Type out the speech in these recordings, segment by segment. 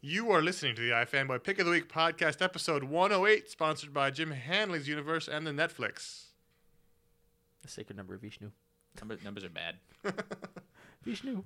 You are listening to the iFanboy Pick of the Week podcast, episode 108, sponsored by Jim Hanley's Universe and the Netflix. The sacred number of Vishnu. Number, numbers are bad. Vishnu.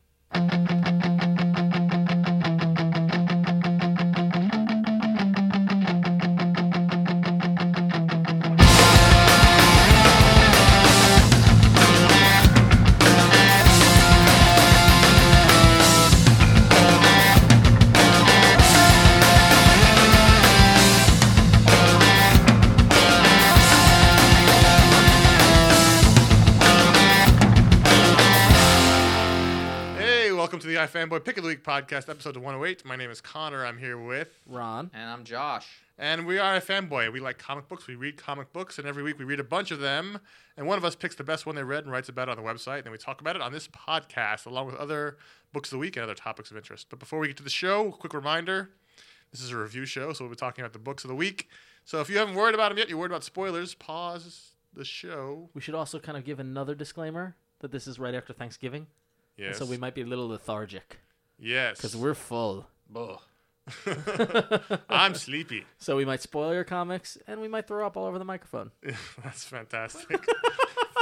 Hey, welcome to the iFanboy Pick of the Week podcast, episode 108. My name is Connor. I'm here with. Ron. And I'm Josh. And we are a fanboy. We like comic books. We read comic books, and every week we read a bunch of them. And one of us picks the best one they read and writes about it on the website. And then we talk about it on this podcast, along with other books of the week and other topics of interest. But before we get to the show, quick reminder this is a review show, so we'll be talking about the books of the week. So if you haven't worried about them yet, you're worried about spoilers, pause the show. We should also kind of give another disclaimer that this is right after Thanksgiving. and Yes. So we might be a little lethargic Yes. because we're full. Ugh. I'm sleepy. So we might spoil your comics and we might throw up all over the microphone. That's fantastic.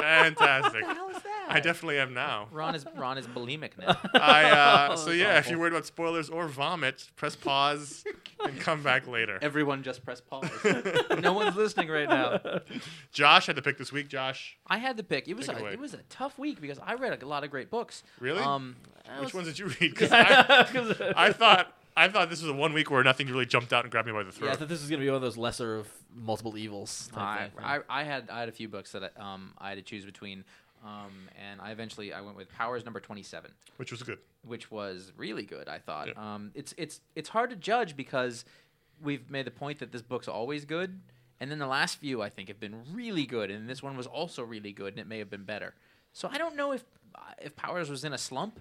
fantastic. How's that? I definitely am now. Ron is Ron is bulimic now. I uh, Oh, so that's yeah, if awful. you're worried about spoilers or vomit, press pause and come back later. Everyone just press pause. no one's listening right now. Josh had to pick this week. Josh, I had the pick. It was Take it a, away. it was a tough week because I read a lot of great books. Really? Um, I which ones was- did you read? 'Cause I, I thought I thought this was the one week where nothing really jumped out and grabbed me by the Yeah, I throat. thought this was gonna be one of those lesser of multiple evils. Type I, thing. I, I had I had a few books that I, um, I had to choose between, um, and I eventually I went with Powers number twenty seven, which was good. which was really good. I thought Yeah. um, it's it's it's hard to judge because we've made the point that this book's always good, and then the last few I think have been really good, and this one was also really good, and it may have been better. So I don't know if uh, if Powers was in a slump.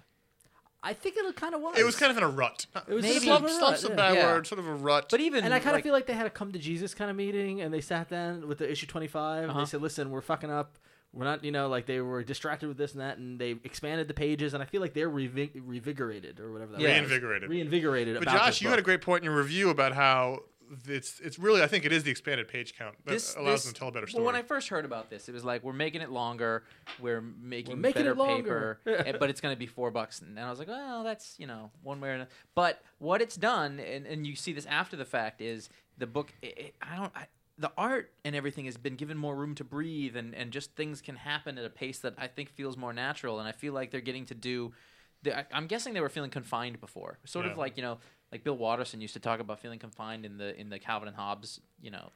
I think it kind of was. It was kind of in a rut. It was just slump, a rut, slump's a yeah. bad Yeah. word, sort of a rut. But even and I kind of like, feel like they had a come to Jesus kind of meeting, and they sat down with the issue 25 and Uh-huh. they said, "Listen, we're fucking up. We're not, you know, like they were distracted with this and that, and they expanded the pages, and I feel like they're revig- revigorated or whatever that Yeah. was. Reinvigorated. Reinvigorated. But about Josh, this you had a book. great point in your review about how it's it's really I think it is the expanded page count that this allows this- them to tell a better story. Well, when I first heard about this, it was like we're making it longer, we're making, We're making better it longer. paper, eh, but it's going to be four bucks. And I was like, well, that's you know one way or another. But what it's done, and, and you see this after the fact, is the book. It, it, I don't. I, the art and everything has been given more room to breathe, and, and just things can happen at a pace that I think feels more natural. And I feel like they're getting to do. they- I- I'm guessing they were feeling confined before, sort Yeah. of like you know, like Bill Watterson used to talk about feeling confined in the in the Calvin and Hobbes, you know,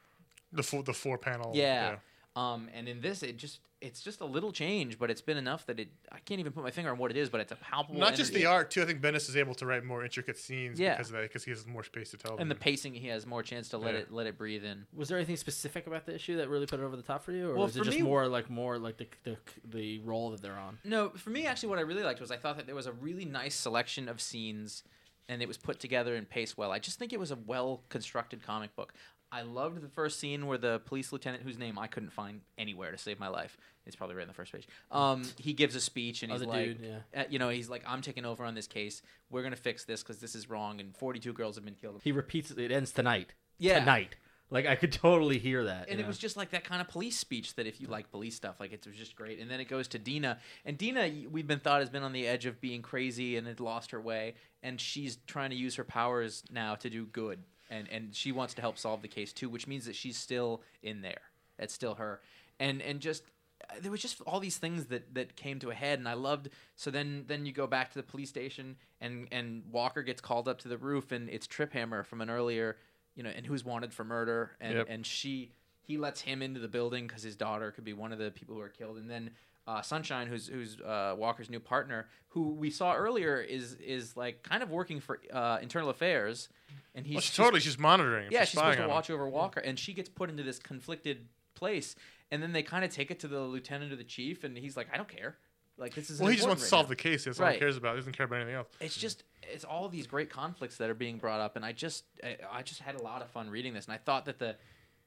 the four, the four panel. yeah. Um, and in this, it just it's just a little change, but it's been enough that it I can't even put my finger on what it is, but it's a palpable. Not just energy. the art too. I think Bendis is able to write more intricate scenes Yeah. because of that, because he has more space to tell and the them. pacing. He has more chance to let Yeah. it let it breathe in. Was there anything specific about the issue that really put it over the top for you, or Well, was it for just me- more like more like the, the the role that they're on? No, for me, actually, what I really liked was I thought that there was a really nice selection of scenes, and it was put together and paced well. I just think it was a well constructed comic book. I loved the first scene where the police lieutenant, whose name I couldn't find anywhere to save my life, it's probably right on the first page. Um, he gives a speech and Oh, he's the like, dude, uh, you know, he's like, I'm taking over on this case. We're gonna fix this because this is wrong, and 42 girls have been killed. He repeats it. It ends tonight. Yeah. tonight. Like I could totally hear that. and you it know? was just like that kind of police speech that if you like police stuff like it was just great and then it goes to dina and dina y- we've been thought has been on the edge of being crazy and had lost her way and she's trying to use her powers now to do good and and she wants to help solve the case too which means that she's still in there that's still her and and just uh, there was just all these things that that came to a head and i loved so then then you go back to the police station and and walker gets called up to the roof and it's trip hammer from an earlier you know and who's wanted for murder and Yep. and she he lets him into the building because his daughter could be one of the people who are killed and then uh, sunshine who's who's uh, walker's new partner who we saw earlier is is like kind of working for uh, internal affairs and he's Well, she's she's- totally she's monitoring. him, yeah, she's she's supposed spying to on watch him. over Walker, and she gets put into this conflicted place. And then they kind of take it to the lieutenant or the chief, and he's like, "I don't care. Like this is Well, he just wants to solve the case. That's all he Right. cares about. He doesn't care about anything else. It's just it's all these great conflicts that are being brought up, and I just I, I just had a lot of fun reading this, and I thought that the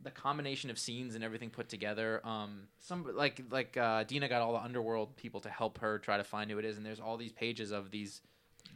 the combination of scenes and everything put together, um, some like like uh, Dina got all the underworld people to help her try to find who it is, and there's all these pages of these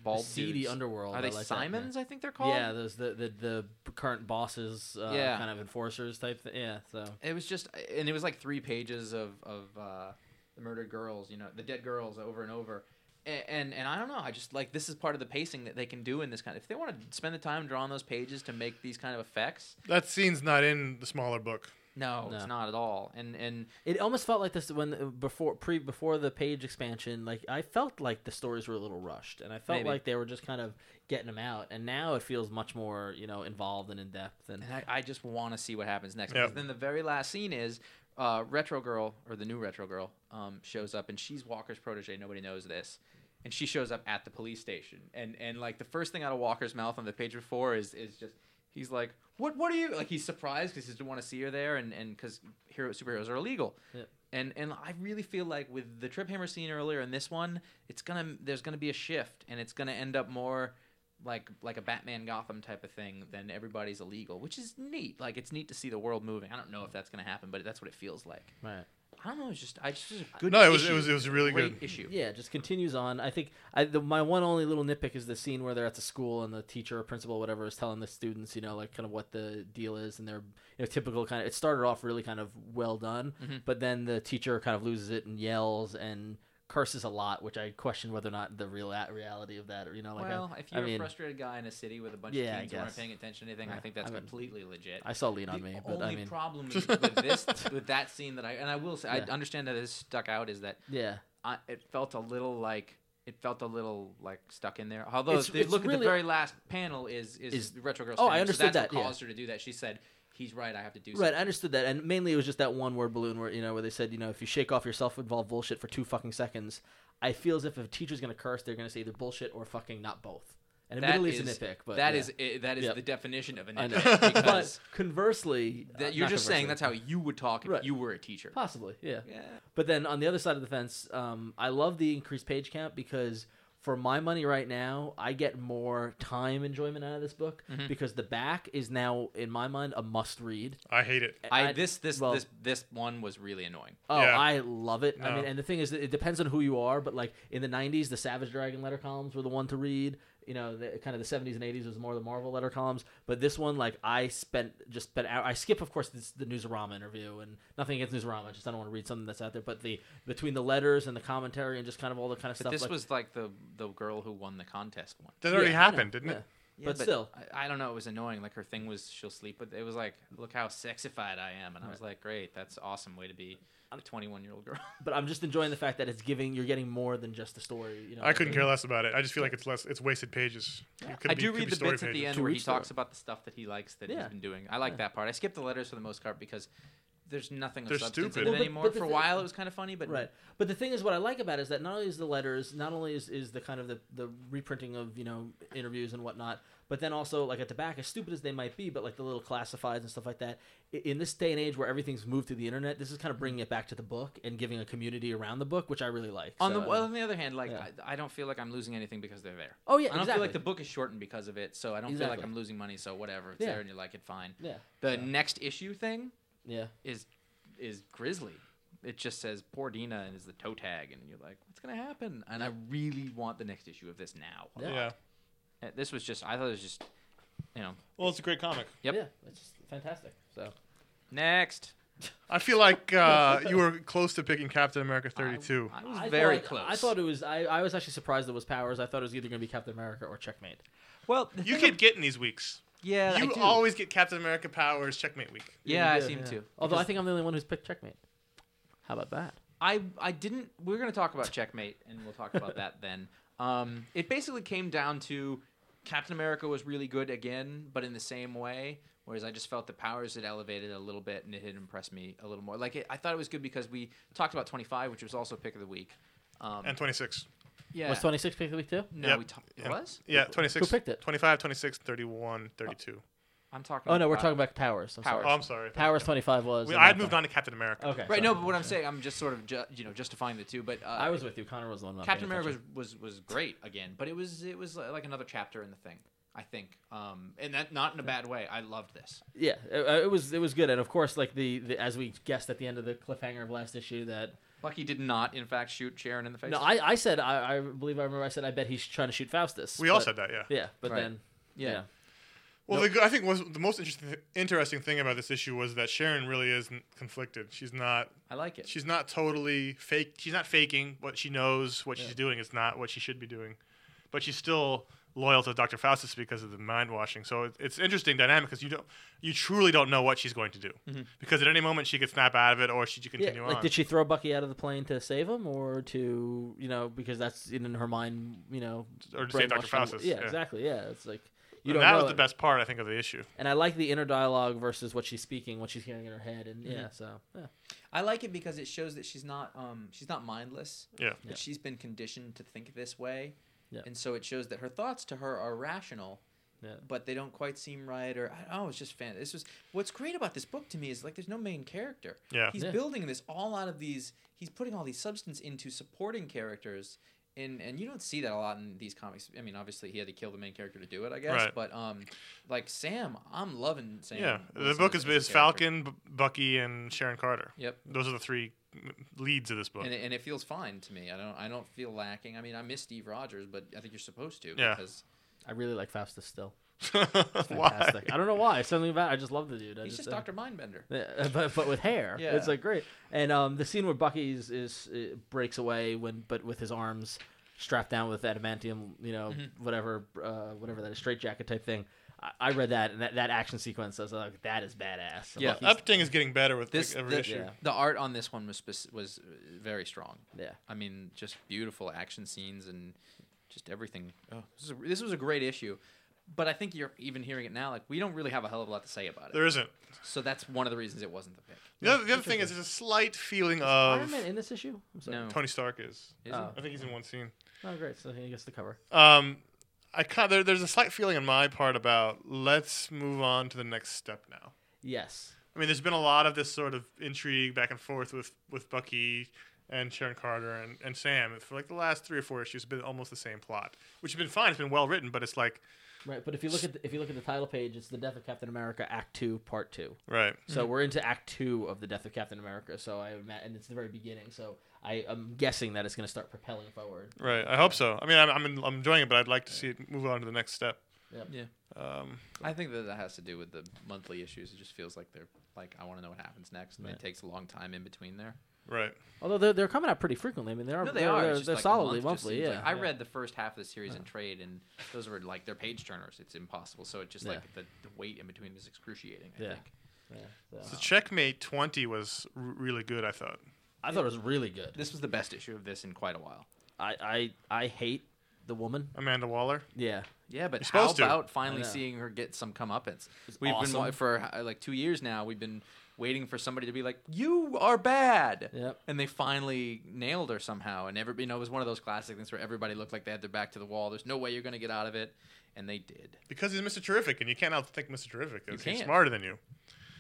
bald seedy dudes. underworld, Are I they like that, yeah. Simons? I think they're called. Yeah, those the the, the current bosses, uh, Yeah. kind of enforcers type. Thing. Yeah, so it was just and it was like three pages of of uh, the murdered girls you know the dead girls over and over A- and and i don't know i just like this is part of the pacing that they can do in this kind of if they want to spend the time drawing those pages to make these kind of effects That scene's not in the smaller book. no, it's No. not at all and and it almost felt like this when before pre before the page expansion. Like I felt like the stories were a little rushed, and I felt Maybe. like they were just kind of getting them out. And now it feels much more you know involved and in depth. And and i, I just want to see what happens next Yeah. because then the very last scene is uh, retro girl or the new retro girl um, shows up and she's walker's protege nobody knows this and she shows up at the police station and and like the first thing out of walker's mouth on the page before is is just he's like what what are you like he's surprised because he doesn't want to see her there and and because hero superheroes are illegal Yeah. and and i really feel like with the trip hammer scene earlier and this one it's gonna there's gonna be a shift and it's gonna end up more like like a batman gotham type of thing than everybody's illegal which is neat like it's neat to see the world moving i don't know if that's gonna happen but that's what it feels like right. i don't know it's just i just it was a good No, it was- it issue. was- it was really Great good. issue Yeah, it just continues on. I think I, the, my one only little nitpick is the scene where they're at the school and the teacher or principal, or whatever, is telling the students, you know, like kind of what the deal is, and they're you know typical kind of. Mm-hmm. It started off really kind of well done, but then the teacher kind of loses it and yells and curses a lot, which I question whether or not the real reality of that, or you know, like well, I, if you're I mean, a frustrated guy in a city with a bunch Yeah, I of teens who aren't guess. paying attention to anything, I Yeah, think that's I mean, completely legit. I saw lean on the me, but only I mean, problem is with this, with that scene that I and I will say, Yeah. I understand that this stuck out is that yeah, I, it felt a little like it felt a little like stuck in there. Although It's- if you it's look at really- the very last panel is is, Is- the retro girl. Oh, standing, I understood so that's that, What yeah. caused her to do that. She said, "He's right. I have to do right. something." I understood that, and mainly it was just that one word balloon where you know where they said you know if you shake off your self-involved bullshit for two fucking seconds, I feel as if if a teacher's gonna curse, they're gonna say either bullshit or fucking not both. And That admittedly, is it's a nitpick, but that yeah. is it, that is Yep. the definition of a I know. nitpick. but because conversely, uh, that, you're not just saying conversely. that's how you would talk if Right. you were a teacher. Possibly, yeah. Yeah. But then on the other side of the fence, um, I love the increased page count because for my money right now, I get more time enjoyment out of this book Mm-hmm. because the back is now in my mind a must read. I hate it. I, this this well- this this one was really annoying. Oh, Yeah. I love it. I No. mean, and the thing is, that it depends on who you are. But like in the '90s, the Savage Dragon letter columns were the one to read. You know, the, kind of the '70s and '80s was more the Marvel letter columns. But this one, like, I spent just spent. hour- I skip, of course, this, the Newsarama interview, and nothing against Newsarama. Just I don't want to read something that's out there. But the between the letters and the commentary and just kind of all the kind of But stuff. this like, was like the the girl who won the contest one. That already Yeah, I know. happened, didn't Yeah. it? but, still, I, I don't know. It was annoying. Like her thing was she'll sleep with. It was like, look how sexified I am, and I was like, great, that's awesome way to be a 21 year old girl. but I'm just enjoying the fact that it's giving. You're getting more than just the story. You know, I couldn't like, care less about it. I just feel like it's less. It's wasted pages. It could I be- do could read be the story bits at the pages. end To where he each their talks about the stuff that he likes that Yeah. he's been doing. I like that part. I skipped the letters for the most part because there's nothing of They're substance stupid. in it Well, but- anymore. but the for a thing- while, it was kind of funny, but Right. But the thing is, what I like about it is that not only is the letters, not only is, is the kind of the, the reprinting of, you know, interviews and whatnot, but then also, like, at the back, as stupid as they might be, but like the little classifieds and stuff like that, i- in this day and age where everything's moved to the internet, this is kind of bringing it back to the book and giving a community around the book, which I really like. On So, the well, on the other hand, like yeah. I, I don't feel like I'm losing anything because they're there. Oh, yeah, I don't feel exactly. like the book is shortened because of it, so I don't feel Exactly. like I'm losing money. So whatever, it's Yeah. there and you like it, fine. Yeah. The next issue thing Yeah. is is grisly. It just says poor Dina and is the toe tag, and you're like, what's gonna happen? And I really want the next issue of this now. Yeah. Yeah. Uh, This was just I thought it was just you know Well, it's a great comic. Yep. Yeah. It's fantastic. So, next. I feel like uh, you were close to picking Captain America 32. I was I very thought- close. I thought it was, I, I was actually surprised it was Powers. I thought it was either going to be Captain America or Checkmate. well, the you thing get get in these weeks. of- yeah, I You do. always get Captain America powers checkmate week. yeah, I Yeah, seem yeah. to. Although I Because think I'm the only one who's picked Checkmate. How about that? I I didn't. We're gonna talk about checkmate, and we'll talk about that then. Um, it basically came down to Captain America was really good again, but in the same way. Whereas I just felt the powers had elevated a little bit, and it had impressed me a little more. Like it, I thought it was good because we talked about 25, which was also pick of the week. Um, And 26. yeah, Was 26 picked the week too? no, Yep. we talked. It Yeah. was. Yeah, 26. Who picked it? 25, 26, 31, 32. I'm talking. Oh no, we're about- talking about powers. I'm Uh, Oh, Powers. Sorry. I'm sorry. Powers twenty five was. We, I had moved on to Captain America. Okay. Right, sorry. no, but what I'm saying, I'm just sort of ju- you know justifying the two. But uh, I was with you. Connor was the one. not Captain paying America was, attention. was was great again, but it was it was uh, like another chapter in the thing. I think, um, and that not in a bad way. I loved this. Yeah, uh, it, it was. It was good, and of course, like the, the as we guessed at the end of the cliffhanger of last issue that. Lucky did not, in fact, shoot Sharon in the face. No, I, I said I, I believe I remember I said I bet he's trying to shoot Faustus. We all but- said that, yeah. Yeah, but Right. then yeah. yeah. Well, the, I think was the most interesting interesting thing about this issue was that Sharon really is n- conflicted. She's not I like it. she's not totally fake. She's not faking what she knows. What she's doing is not what she should be doing, but she's still loyal to Dr. Faustus because of the mind washing. So it, it's interesting dynamic because you don't you truly don't know what she's going to do because at any moment she could snap out of it or she could Mm-hmm. Yeah, continue like on. did she throw Bucky out of the plane to save him, or to you know because that's in her mind, you know, Or to save Dr. brainwashed him? Faustus, Yeah, yeah. exactly. Yeah, it's like you And don't that know. was the best part I think of the issue. And I like the inner dialogue versus what she's speaking, what she's hearing in her head, and Mm-hmm. yeah, so yeah. I like it because it shows that she's not um, she's not mindless. Yeah. That she's been conditioned to think this way, Yeah. and so it shows that her thoughts to her are rational. Yeah. But they don't quite seem right, or I don't know. It's just fan. This was what's great about this book to me is like there's no main character. Yeah. he's Yeah. building this all out of these. He's putting all these substance into supporting characters, and and you don't see that a lot in these comics. I mean, obviously he had to kill the main character to do it, I guess. Right. But um, like Sam, I'm loving Sam. Yeah, the Wilson book as- is, as a is character. Falcon, B- Bucky, and Sharon Carter. Yep. Those are the three mm, leads of this book. and it, and it feels fine to me. I don't I don't feel lacking. I mean, I miss Steve Rogers, but I think you're supposed to Yeah. because I really like Faustus still. Why? Fantastic. I don't know why. Something about I just love the dude. I He's just I- Doctor Mindbender. Yeah, but but with hair, Yeah. it's like great. And um, the scene where Bucky is, is uh, breaks away when, but with his arms strapped down with adamantium, you know, Mm-hmm. whatever, uh, whatever that is, straitjacket type thing. I, I read that and that, that action sequence. I was like, that is badass. Yeah, Bucky's- Up thing is getting better with This like, every the, issue. yeah. the art on this one was spec- was uh, very strong. yeah. I mean, just beautiful action scenes and just everything. Oh, this, is a, this was a great issue, but I think you're even hearing it now. Like we don't really have a hell of a lot to say about it, There isn't. so that's one of the reasons it wasn't the pick. The other, the other thing is, there's a slight feeling Iron of Man in this issue? I'm sorry. No, Tony Stark is. Is he? Oh. I think he's in one scene. Oh, great. So he gets the cover. Um, I kind of, there, there's a slight feeling on my part about let's move on to the next step now. Yes. I mean, there's been a lot of this sort of intrigue back and forth with with Bucky and Sharon Carter and, and Sam for like the last three or four issues. It's been almost the same plot, which has been fine. It's been well written, but it's like Right. But if you look at the, if you look at the title page, it's the Death of Captain America Act Two, Part Two. right. So we're into Act Two of the Death of Captain America. So I ima- and it's the very beginning. So I am guessing that it's going to start propelling forward. Right. I hope so. I mean, I'm, I'm, I'm enjoying it, but I'd like to see it move on to the next step. yeah. Um, I think that that has to do with the monthly issues. It just feels like they're like I want to know what happens next, and it takes a long time in between there. right. Although they're, they're coming out pretty frequently. I mean, they are No, they they are are. they're, It's just they're like a solidly month just monthly. seems Yeah, like- I yeah. read the first half of the series in trade, and those were like they're page turners. It's impossible. So it just Yeah. like the, the wait in between is excruciating. I Yeah. think. Yeah, so. So Checkmate 20 was r- really good. I thought. I thought it was really good. This was the best issue of this in quite a while. I I, I hate the woman. Amanda Waller. Yeah, Yeah, but how supposed to. about finally I know. seeing her get some comeuppance? We've been wa- awesome. for uh, like two years now. We've been waiting for somebody to be like, "You are bad," Yep. and they finally nailed her somehow. And every you know, it was one of those classic things where everybody looked like they had their back to the wall. There's no way you're going to get out of it, and they did. Because he's Mr. Terrific, and you can't outthink Mr. Terrific. You he's can't. smarter than you.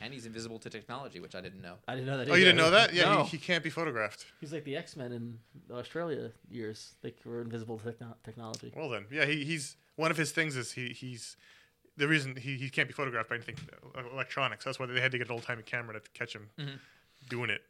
And he's invisible to technology, which I didn't know. I didn't know that. Oh, you didn't know that? Yeah, No. he, he can't be photographed. He's like the X Men in the Australia years. They were invisible to techno- technology. Well then, yeah, he, he's one of his things is he, he's the reason he, he can't be photographed by anything uh, electronics. That's why they had to get an old timey camera to catch him doing it.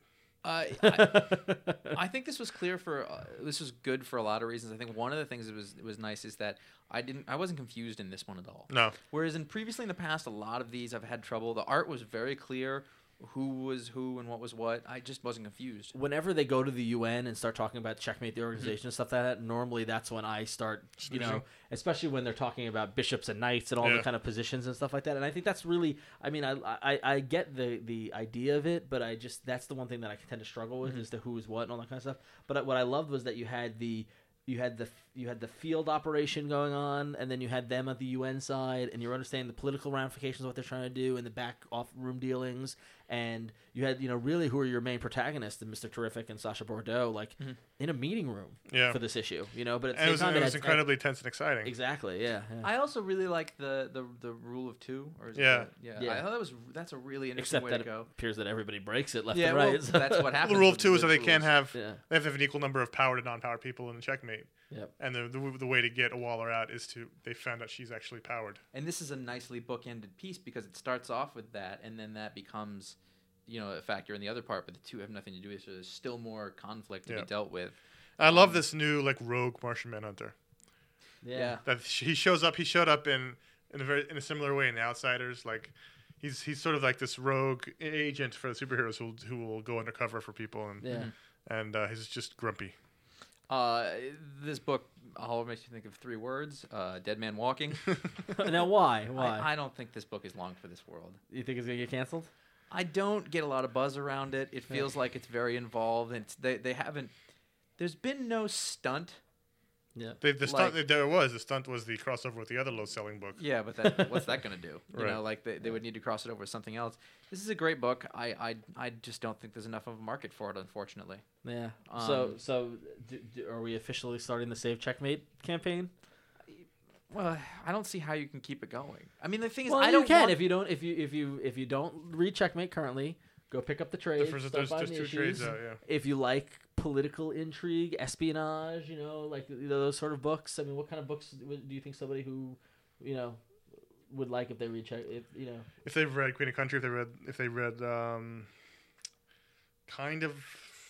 Uh, I, I think this was clear for uh, this was good for a lot of reasons. I think one of the things that was was nice is that I didn't I wasn't confused in this one at all. No, Whereas in previously in the past, a lot of these I've had trouble. The art was very clear, who was who and what was what. I just wasn't confused. Whenever they go to the UN and start talking about checkmate the organization and stuff like that, normally that's when I start, you know, especially when they're talking about bishops and knights and all Yeah. the kind of positions and stuff like that. And I think that's really, I mean, I, I, I get the, the idea of it, but I just, that's the one thing that I tend to struggle Mm-hmm. with is the who is what and all that kind of stuff. But what I loved was that you had the, you had the you had the field operation going on, and then you had them at the UN side, and you're understanding the political ramifications of what they're trying to do, and the back off room dealings, and you had you know really who are your main protagonists, and Mr. Terrific and Sasha Bordeaux, like in a meeting room Mm-hmm. Yeah. for this issue, you know. But at the and same it was, time, it was had- incredibly tense and exciting. exactly, yeah, yeah. I also really like the the, the rule of two. Or is it Yeah. the- yeah, Yeah. I thought that was that's a really interesting Except way that to it go. appears that everybody breaks it left Yeah, and well, right. so- that's what happens. The rule of with two is that good they can't rules. have Yeah. they have to have an equal number of power to non-power people in the checkmate. Yep. And the, the the way to get a Waller out is to they found out she's actually powered. And this is a nicely bookended piece because it starts off with that, and then that becomes, you know, a factor in the other part. But the two have nothing to do with. it, So there's still more conflict to Yeah. be dealt with. Um, I love this new like rogue Martian Manhunter. yeah. that sh- he shows up. He showed up in in a very in a similar way in The Outsiders. Like he's he's sort of like this rogue agent for the superheroes who who will go undercover for people and Yeah. Mhm. and uh, he's just grumpy. Uh, this book all makes you think of three words: uh, "Dead Man Walking." now why? Why? I, I don't think this book is long for this world. you think it's gonna get canceled? I don't get a lot of buzz around it. It feels like it's very involved, and it's, they they haven't. There's been no stunt. Yeah. The, the stunt Like- there was the stunt was the crossover with the other low selling book. Yeah, but that, what's that going to do? You Right. know, like they, they would need to cross it over with something else. This is a great book. I, I I just don't think there's enough of a market for it, unfortunately. Yeah. so Um, so do, do, are we officially starting the Save Checkmate campaign? Well, I don't see how you can keep it going. I mean, the thing is, Well, I you don't can want- if you don't if you if you if you don't read Checkmate currently, go pick up the trade. There's- start there's- buying there's the two issues. trades uh, out, yeah. If you like political intrigue, espionage, you know, like you know, those sort of books. I mean, what kind of books would, do you think somebody who, you know, would like if they read check? If you know, If they've read Queen of Country, if they read if they read um, kind of.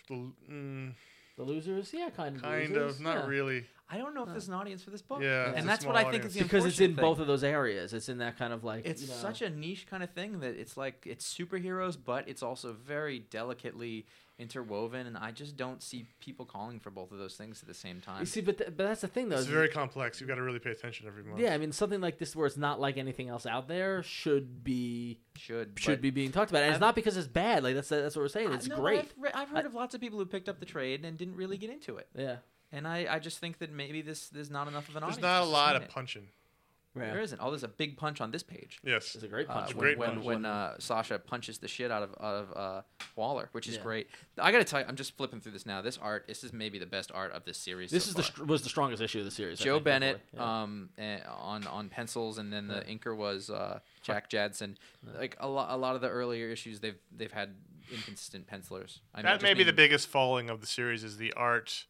the- Mm, the losers. Yeah, kind of. kind Losers, of, not yeah. really. I don't know if there's an audience for this book. Yeah, it's a and that's what small I think audience. is the because it's in unfortunate both thing. of those areas. It's in that kind of like It's you know, such a niche kind of thing that it's like it's superheroes, but it's also very delicately interwoven, and I just don't see people calling for both of those things at the same time. You see, but th- but that's the thing though. It's is- very complex. You've got to really pay attention every month. yeah, I mean something like this where it's not like anything else out there should be should should but- be being talked about, and it's I've- not because it's bad. Like that's that's what we're saying. I- It's no, but great. Mm. I've, re- I've heard of lots of people who picked up the trade and didn't really get into it, Yeah. and I, I just think that maybe this there's not enough of an There's audience. not a that's lot seen of it. punching. There isn't. Oh, there's a big punch on this page. Yes. It's a great Uh, punch. when great when, punch. when uh, Sasha punches the shit out of out of uh, Waller, which is Yeah. great. I gotta tell you, I'm just flipping through this now. This art, this is maybe the best art of this series. this so is the far. str- was the strongest issue of the series. I Joe think, Bennett definitely. Yeah. um, eh, on on pencils, and then the inker was uh, Jack Jadson. Like a lot, a lot of the earlier issues, they've they've had inconsistent pencilers. I mean, That just may be the mean- biggest falling of the series is the art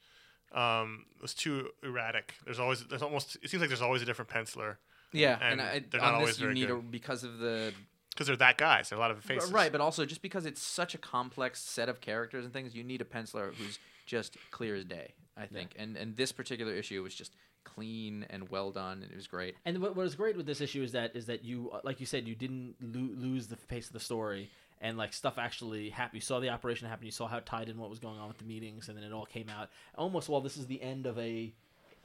um, was too erratic. There's always there's almost it seems like there's always a different penciler Yeah, and and, I, they're not on always this you very need a, good. because of the because they're that guy. So a lot of faces. right, but also just because it's such a complex set of characters and things, you need a penciler who's just clear as day. I think, and and this particular issue was just clean and well done, and it was great. And what what is great with this issue is that is that you uh, like you said you didn't lo- lose the pace of the story and like stuff actually happened. You saw the operation happen. You saw how it tied in what was going on with the meetings, and then it all came out. Almost well, this is the end of a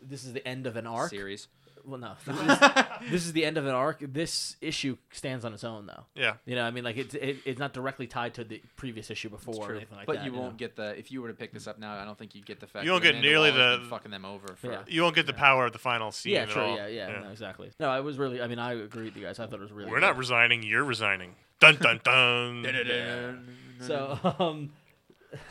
this is the end of an arc. Series, Well, no, this is, this is the end of an arc. This issue stands on its own though. Yeah. You know, I mean, like it's it, it's not directly tied to the previous issue before or True. anything like but that. you know? won't get the if you were to pick this up now, I don't think you'd get the fact You don't that get Amanda nearly Waller's the- been fucking them over for Yeah. You won't get the power of the final scene Yeah, at sure. all. Yeah, yeah, No, exactly. No, I was really. I mean, I agree with you guys. I thought it was really. We're not good. resigning. You're resigning. Dun dun dun. So, um,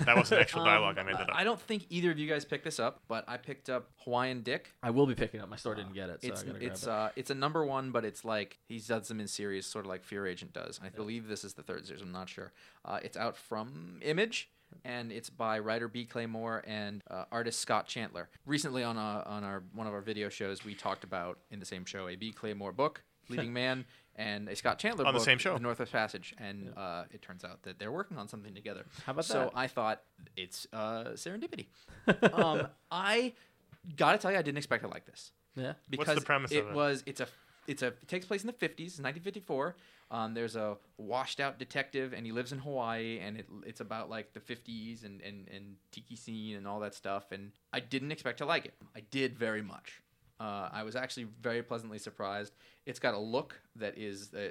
that wasn't actual dialogue. I made that up. I don't think either of you guys picked this up, but I picked up Hawaiian Dick. I will be picking up. My store didn't get it, so It's I gotta grab it's it. uh it's a number one, but it's like he does them in series, sort of like Fear Agent does. I believe this is the third series. I'm not sure. Uh, it's out from Image, and it's by writer B Claymore and uh, artist Scott Chandler. Recently on a, on our one of our video shows, we talked about in the same show a B Claymore book, Leading Man. And a Scott Chandler On the book, same show. The Northwest Passage, and uh, it turns out that they're working on something together. How about so that? I thought it's uh, serendipity. um, I gotta tell you, I didn't expect to like this yeah. What's because the premise it, of it? was it's a it's a it takes place in the 50s 1954 um, there's a washed out detective and he lives in hawaii and it, it's about like the 50s and, and and tiki scene and all that stuff and i didn't expect to like it i did very much uh, i was actually very pleasantly surprised it's got a look that is uh,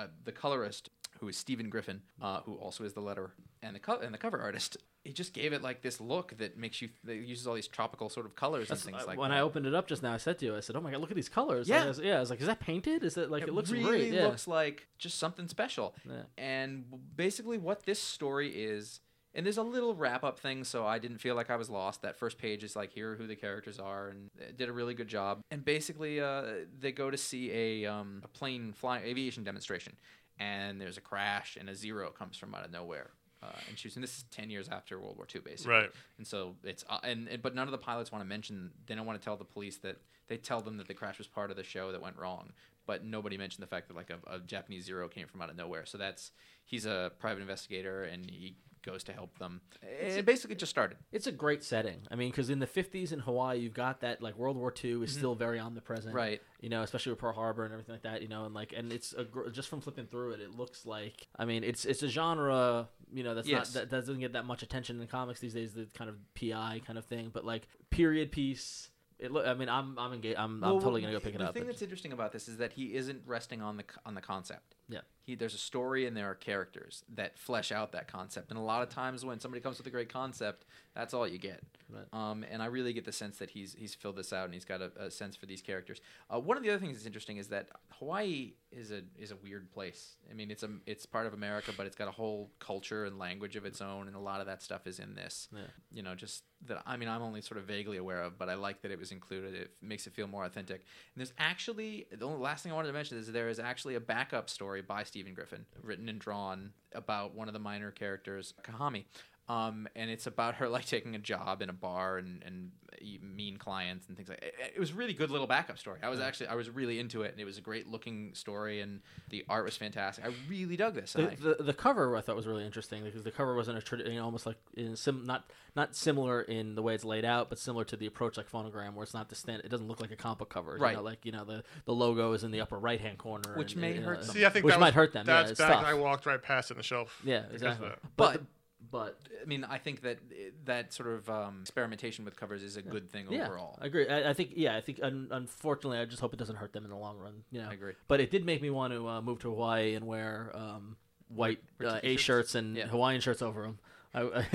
uh, the colorist who is Stephen Griffin, uh, who also is the letterer and the co- and the cover artist. He just gave it like this look that makes you that uses all these tropical sort of colors That's- and things I- like when that. I opened it up just now, I said to you, I said, "Oh my god, look at these colors!" Yeah. like, I was, yeah. I was like, "Is that painted? Is it like it, looks really great?" Yeah, looks like just something special. Yeah. And basically, what this story is, and there's a little wrap up thing, so I didn't feel like I was lost. That first page is like, here are who the characters are, and it did a really good job. And basically, uh, they go to see a, um, a plane flying aviation demonstration, and there's a crash, and a zero comes from out of nowhere. Uh, and shoots, and this is ten years after World War II, basically. Right. And so it's uh, and, and but none of the pilots want to mention. They don't want to tell the police that they tell them that the crash was part of the show that went wrong. But nobody mentioned the fact that like a, a Japanese zero came from out of nowhere. So that's he's a private investigator and he goes to help them. And it basically just started. it's a great setting. I mean, because in the '50s in Hawaii, you've got that like World War II is still very omnipresent, Mm-hmm. Right. You know, especially with Pearl Harbor and everything like that. You know, and like, and it's a, gr- just from flipping through it, it looks like. I mean, it's it's a genre. You know, that's Yes. not that, that doesn't get that much attention in comics these days. The kind of PI kind of thing, but like period piece. It look. I mean, I'm I'm engaged. I'm, I'm totally gonna go pick it the up. The thing It- that's interesting about this is that he isn't resting on the on the concept. Yeah. He, there's a story and there are characters that flesh out that concept. And a lot of times when somebody comes with a great concept, that's all you get. Right. Um, and I really get the sense that he's he's filled this out and he's got a, a sense for these characters. Uh, one of the other things that's interesting is that Hawaii is a is a weird place. I mean, it's a it's part of America, but it's got a whole culture and language of its own, and a lot of that stuff is in this. Yeah. You know, just that I mean, I'm only sort of vaguely aware of, but I like that it was included. It makes it feel more authentic. And there's actually the only last thing I wanted to mention is there is actually a backup story by Stephen Griffin, written and drawn about one of the minor characters, Kahami. Um, and it's about her like taking a job in a bar and, and e, mean clients and things like it, it was a really good little backup story. I was actually I was really into it and it was a great looking story and the art was fantastic. I really dug this. and I- The, the the cover I thought was really interesting because the cover wasn't a tradi- you know, almost like in sim not not similar in the way it's laid out, but similar to the approach like phonogram where it's not the stand. It doesn't look like a comic book cover, You Right. know, like you know the, the logo is in the upper right hand corner, Which and, may you know, hurt and- some. See, I think which that might was- hurt them. That's yeah, back. it's and I tough. walked right past it in the shelf. yeah, because of exactly. that. But but I mean, I think that that sort of um, experimentation with covers is a good thing yeah, overall. I agree. I, I think yeah, I think un- unfortunately, I just hope it doesn't hurt them in the long run. You know, I agree. But it did make me want to uh, move to Hawaii and wear um, white uh, A shirts and Yeah. Hawaiian shirts over them. I,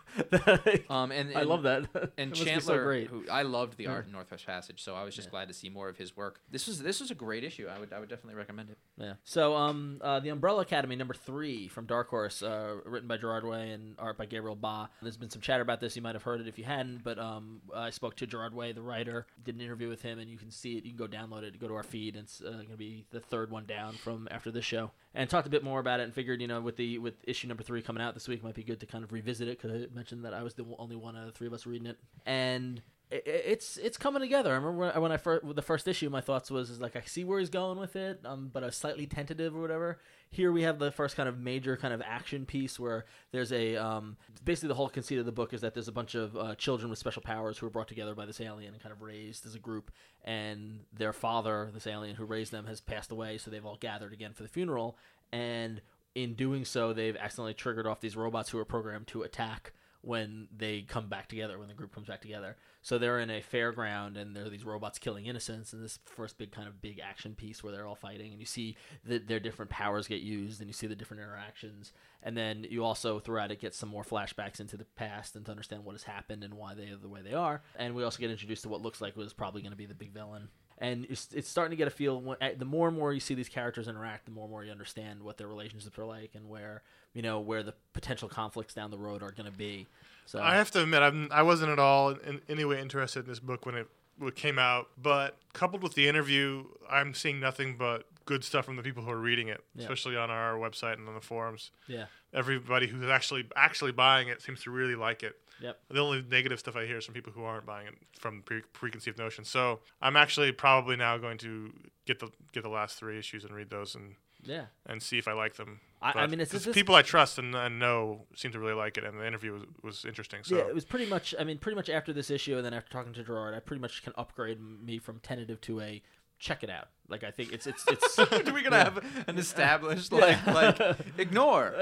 I- Um, and, I and- love that. It And must be so Chandler, great. who I loved the art in Northwest Passage, so I was just glad to see more of his work. This was this was a great issue. I would I would definitely recommend it. Yeah. So, um, uh, the Umbrella Academy number three from Dark Horse, uh, written by Gerard Way and art by Gabriel Ba. There's been some chatter about this. You might have heard it if you hadn't, but um, I spoke to Gerard Way, the writer, did an interview with him, and you can see it. You can go download it. Go to our feed. And it's uh, going to be the third one down from after this show, and talked a bit more about it. And figured, you know, with the with issue number three coming out this week, it might be good to kind of revisit it because I mentioned that I was the only one out of the three of us reading it, and i- i- it's it's coming together. I remember when I, when I first the first issue, my thoughts was is like I see where he's going with it, um, but I was slightly tentative or whatever. Here we have the first kind of major kind of action piece where there's a um, basically the whole conceit of the book is that there's a bunch of uh, children with special powers who are brought together by this alien and kind of raised as a group, and their father, this alien who raised them, has passed away, so they've all gathered again for the funeral, and in doing so, they've accidentally triggered off these robots who are programmed to attack when they come back together, when the group comes back together. So they're in a fairground and there are these robots killing innocents and this first big kind of big action piece where they're all fighting and you see that their different powers get used and you see the different interactions. And then you also throughout it get some more flashbacks into the past and to understand what has happened and why they are the way they are. And we also get introduced to what looks like was probably going to be the big villain and it's, it's starting to get a feel when- at- the more and more you see these characters interact the more and more you understand what their relationships are like and where you know where the potential conflicts down the road are going to be so I have to admit, I'm, I wasn't at all in any way interested in this book when it, when it came out. But coupled with the interview, I'm seeing nothing but good stuff from the people who are reading it, Yeah. especially on our website and on the forums. yeah Everybody who's actually actually buying it seems to really like it. Yep. The only negative stuff I hear is from people who aren't buying it from pre- preconceived notions. So I'm actually probably now going to get the get the last three issues and read those and yeah and see if I like them. I- I But mean, it's- just it's- people I trust and, and know seem to really like it, and the interview was, was interesting. So yeah it was pretty much i mean pretty much after this issue and then after talking to gerard i pretty much can upgrade me from tentative to a check it out like i think it's it's it's We're gonna have an established like like ignore.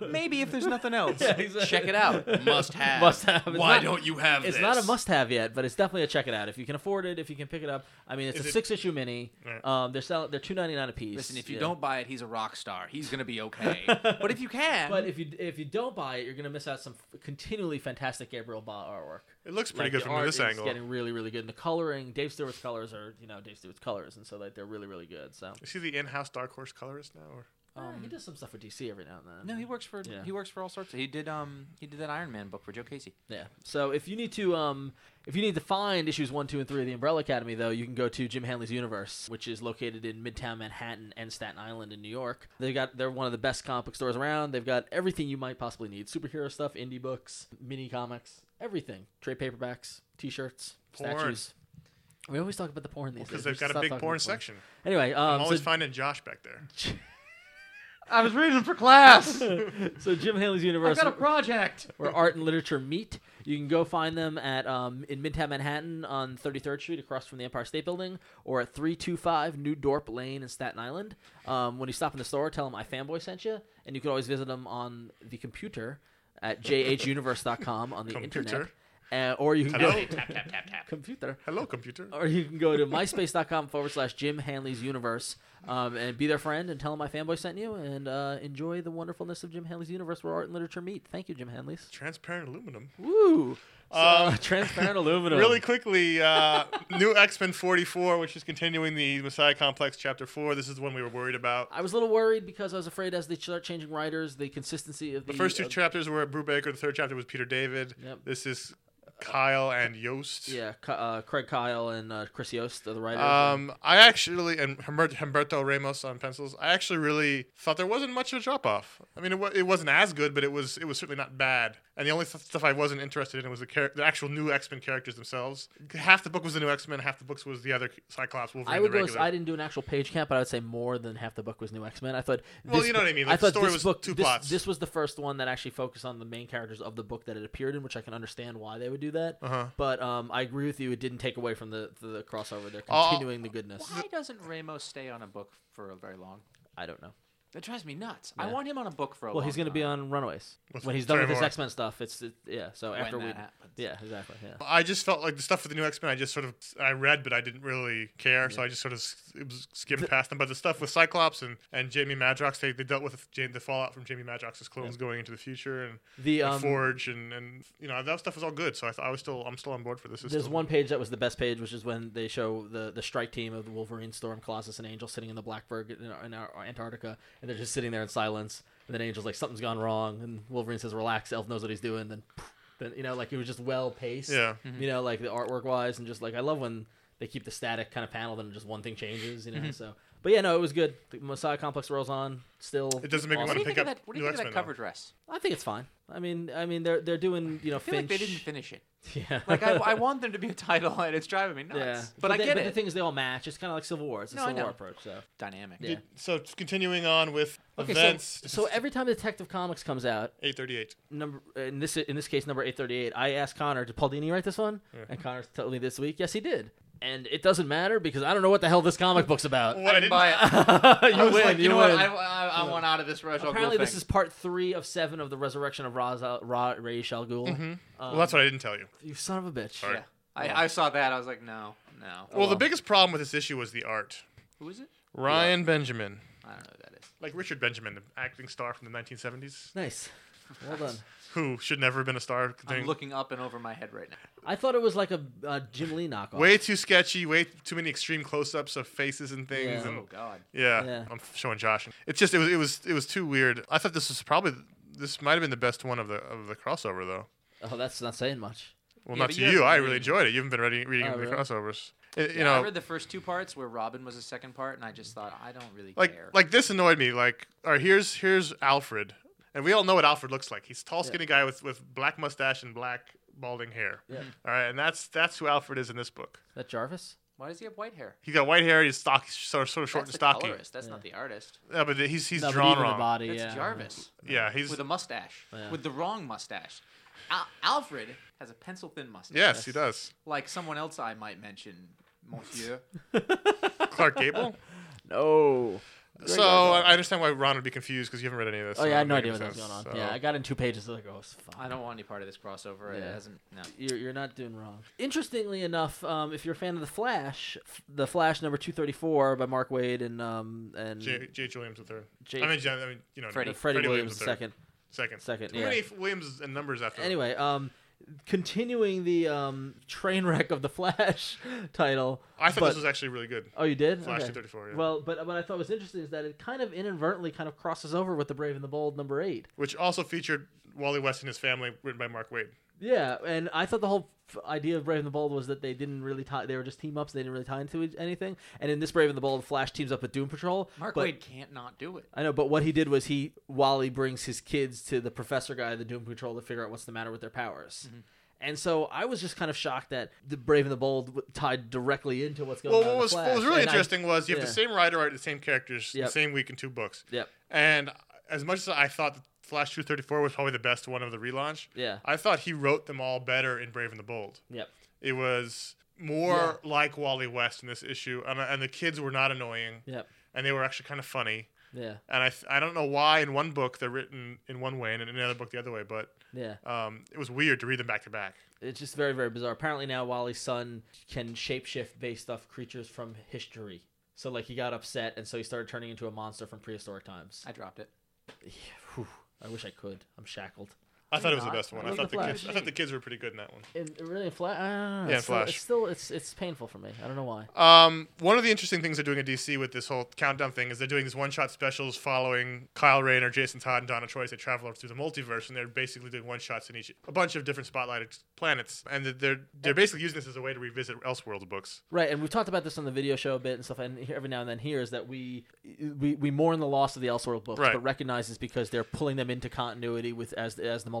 Maybe if there's nothing else, exactly. check it out. Must have. Must have. It's Why not- don't you have? it's this? not a must-have yet, but it's definitely a check it out if you can afford it. If you can pick it up, I mean, it's Is a it- six-issue mini. Right. Um, they're selling they're two ninety-nine a piece. Listen, if you Yeah. don't buy it, he's a rock star. He's gonna be okay. but if you can, But if you if you don't buy it, you're gonna miss out some f- continually fantastic Gabriel Ba artwork. It looks pretty Like, good the from art this is angle. Getting really really good. And the coloring, Dave Stewart's colors are you know Dave Stewart's colors, and so like they're really really good. So You see the in-house Dark Horse colorist now, or um, he does some stuff for DC every now and no, then. he works for Yeah. he works for all sorts. Of, he did um he did that Iron Man book for Joe Casey. yeah. So if you need to um if you need to find issues one, two, and three of the Umbrella Academy, though, you can go to Jim Hanley's Universe, which is located in Midtown Manhattan and Staten Island in New York. They got they're one of the best comic book stores around. They've got everything you might possibly need: superhero stuff, indie books, mini comics, everything, trade paperbacks, t-shirts, Porn. statues. We always talk about the porn these because days. they've We should got a stop big talking porn about section. Anyway, I'm um, always so, finding Josh back there. I was reading for class. so Jim Hanley's Universe. project. where art and literature meet. You can go find them at um, in Midtown Manhattan on 33rd Street, across from the Empire State Building, or at 325 New Dorp Lane in Staten Island. Um, when you stop in the store, tell them I fanboy sent you, and you can always visit them on the computer at jhuniverse.com on the internet, Computer. uh, or you can Hello, go tap, tap, tap. computer hello, computer. or you can go to myspace.com forward slash Jim Hanley's Universe um, and be their friend and tell them my fanboy sent you and uh, enjoy the wonderfulness of Jim Hanley's Universe where art and literature meet. Thank you, Jim Hanley's. Transparent aluminum. Woo! So, Um, transparent aluminum. Really quickly, uh, new X Men 44, which is continuing the Messiah Complex Chapter 4. This is the one we were worried about. I was a little worried because I was afraid as they start changing writers, the uh, consistency of the, The first two of- chapters were at Brubaker. The third chapter was Peter David. Yep. This is Kyle and Yost. Yeah, Ki- uh, Craig Kyle and uh, Chris Yost are the writers. Um, I actually and Humber- Humberto Ramos on pencils. I actually really thought there wasn't much of a drop off. I mean, it, wa- it wasn't as good, but it was it was certainly not bad. And the only th- stuff I wasn't interested in was the char- the actual new X Men characters themselves. Half the book was the new X Men, half the books was the other Cyclops, Wolverine, I would the go. regular. I didn't do an actual page count, but I would say more than half the book was new X Men. I thought. Well, this you know book- what I mean, like, I the thought story this was book, two this, plots. This was the first one that actually focused on the main characters of the book that it appeared in, which I can understand why they would do that. Uh-huh. But um, I agree with you. It didn't take away from the the crossover. They're Oh. continuing the goodness. Why doesn't Ramos stay on a book for very long? I don't know. That drives me nuts. I Yeah. want him on a book for a Well, long he's going to be time. on Runaways With when he's done Terry with his Moore. X Men stuff. It's it, yeah. So after that we, happens. yeah, exactly. Yeah. I just felt like the stuff with the new X Men. I just sort of I read, but I didn't really care, so I just sort of s- it was- skimmed past them. But the stuff with Cyclops and, and Jamie Madrox, they, they dealt with Jane, the fallout from Jamie Madrox's clones going into the future and The and um, Forge and, and you know that stuff was all good. So I, th- I was still I'm still on board for this. It's There's still- one page that was the best page, which is when they show the, the strike team of the Wolverine, Storm, Colossus, and Angel sitting in the Blackberg in, in our, Antarctica, and they're just sitting there in silence. And then Angel's like, "Something's gone wrong," and Wolverine says, "Relax, Elf knows what he's doing." Then, then you know, like it was just well paced. Yeah. Mm-hmm. you know, like the artwork wise, and just like I love when they keep the static kind of panel, then just one thing changes. You know, Mm-hmm. so but yeah, no, it was good. The Messiah Complex rolls on still. It doesn't make me What want do to you pick think of up that? What do new you think of X-Men. that though. cover dress? I think it's fine. I mean, I mean, they're they're doing you know I feel Finch. like they didn't finish it. yeah. Like I, I want there to be a title, and it's driving me nuts. But, I they- get but The it. thing is, they all match. It's kind of like Civil War. It's a No, I Civil know. War approach. So Dynamic. Yeah. So t- continuing on with okay, events. so, so every time Detective Comics comes out, 838. number in this in this case number eight thirty eight, I asked Connor, did Paul Dini write this one? And Connor told me this week, yes, he did. And it doesn't matter because I don't know what the hell this comic book's about. What I didn't. buy it. you I was win, like, you, you know what? win. I, I, I want out of this Rajal Ghul Apparently, thing. this is part three of seven of the resurrection of Ra's al, Ra, Ray Shal Ghul. Mm-hmm. Um, well, that's what I didn't tell you. You son of a bitch. Sorry. Yeah. I, I saw that. I was like, no, no. oh, Well, the biggest problem with this issue was the art. Who is it? Ryan Benjamin, I don't know who that is. like Richard Benjamin, the acting star from the 1970s, Nice. Well done. who should never have been a star. I'm considering- looking up and over my head right now. I thought it was like a, a Jim Lee knockoff. Way too sketchy. Way too many extreme close-ups of faces and things. Yeah. And Oh God. Yeah, Yeah. I'm showing Josh. It's just it was it was it was too weird. I thought this was probably this might have been the best one of the of the crossover though. Oh, that's not saying much. Well, Yeah, not but to you you. haven't I been really reading. enjoyed it. You've been reading reading Oh, the really? crossovers. It- you Yeah, I know, read the first two parts where Robin was the second part, and I just thought I don't really like care. like this annoyed me. Like, all right, here's here's Alfred, and we all know what Alfred looks like. He's a tall, skinny guy with with black mustache and black balding hair. Yeah. All right, and that's that's who Alfred is in this book. Is that Jarvis? Why does he have white hair? He's got white hair. He's stock, sort of, sort of short That's and the stocky. colorist. That's not the artist. Yeah, but he's he's No, but drawn even wrong. The body, That's yeah. Jarvis Yeah, he's with a mustache, Yeah. with the wrong mustache. Al- Alfred has a pencil thin mustache. yes, he does. Like someone else I might mention, Monsieur. Clark Gable. No. So I I understand why Ron would be confused because you haven't read any of this. Oh so yeah, I had no it idea doesn't what that make was any going on. sense. Yeah, So- I got in two pages. I was like, oh, it's fine. I don't want any part of this crossover. It Yeah. hasn't. No. You're, you're not doing wrong. Interestingly enough, um, if you're a fan of the Flash, f- the Flash number two thirty four by Mark Wade and um and J. J. Williams the third. J- I mean, J- I mean, you know, Freddie. uh, Freddie Williams the the second. Second. Second, Too yeah. many f- Williams and numbers after. them. Anyway, um, continuing the um train wreck of the Flash title. I thought but- this was actually really good. Oh, you did. Flash Okay. 234, yeah. Well, but what I thought was interesting is that it kind of inadvertently kind of crosses over with the Brave and the Bold number eight. Which also featured Wally West and his family, written by Mark Wade. Yeah, and I thought the whole f- idea of Brave and the Bold was that they didn't really tie. They were just team ups. They didn't really tie into each- anything. And in this Brave and the Bold, Flash teams up with Doom Patrol. Mark but- Wade can't not do it. I know, but what he did was he Wally brings his kids to the professor guy, the Doom Patrol, to figure out what's the matter with their powers. Mm-hmm. And so I was just kind of shocked that the Brave and the Bold w- tied directly into what's going Well, on. what in the was, what Flash. was really And I- interesting was you have the yeah. same writer write the same characters Yep. the same week in two books. Yep. And as much as I thought that Flash 234 was probably the best one of the relaunch, Yeah. I thought he wrote them all better in Brave and the Bold. Yep. It was more like Wally West in this issue, and, and the kids were not annoying, Yep. and they were actually kind of funny. Yeah. And I, th- I don't know why in one book they're written in one way and in another book the other way, but Yeah. um, it was weird to read them back to back. It's just very, very bizarre. Apparently now Wally's son can shapeshift based off creatures from history. So like he got upset, and so he started turning into a monster from prehistoric times. I dropped it. Whew, I wish I could. I'm shackled. I thought it was not. the best one. Look I at thought the Flash. kids. I thought the kids were pretty good in that one. And it really, fla- I don't know, Yeah, it's still- Flash. It's still, it's it's painful for me. I don't know why. Um, one of the interesting things they're doing at DC with this whole countdown thing is they're doing these one-shot specials following Kyle Rayner, Jason Todd, and Donna Troy as they travel through the multiverse, and they're basically doing one-shots in each a bunch of different spotlighted planets, and they're they're basically using this as a way to revisit Elseworlds books. Right, and we've talked about this on the video show a bit and stuff, and here- every now and then here is that we we, we mourn the loss of the Elseworld books, Right. but recognize it's because they're pulling them into continuity with as as the multiverse.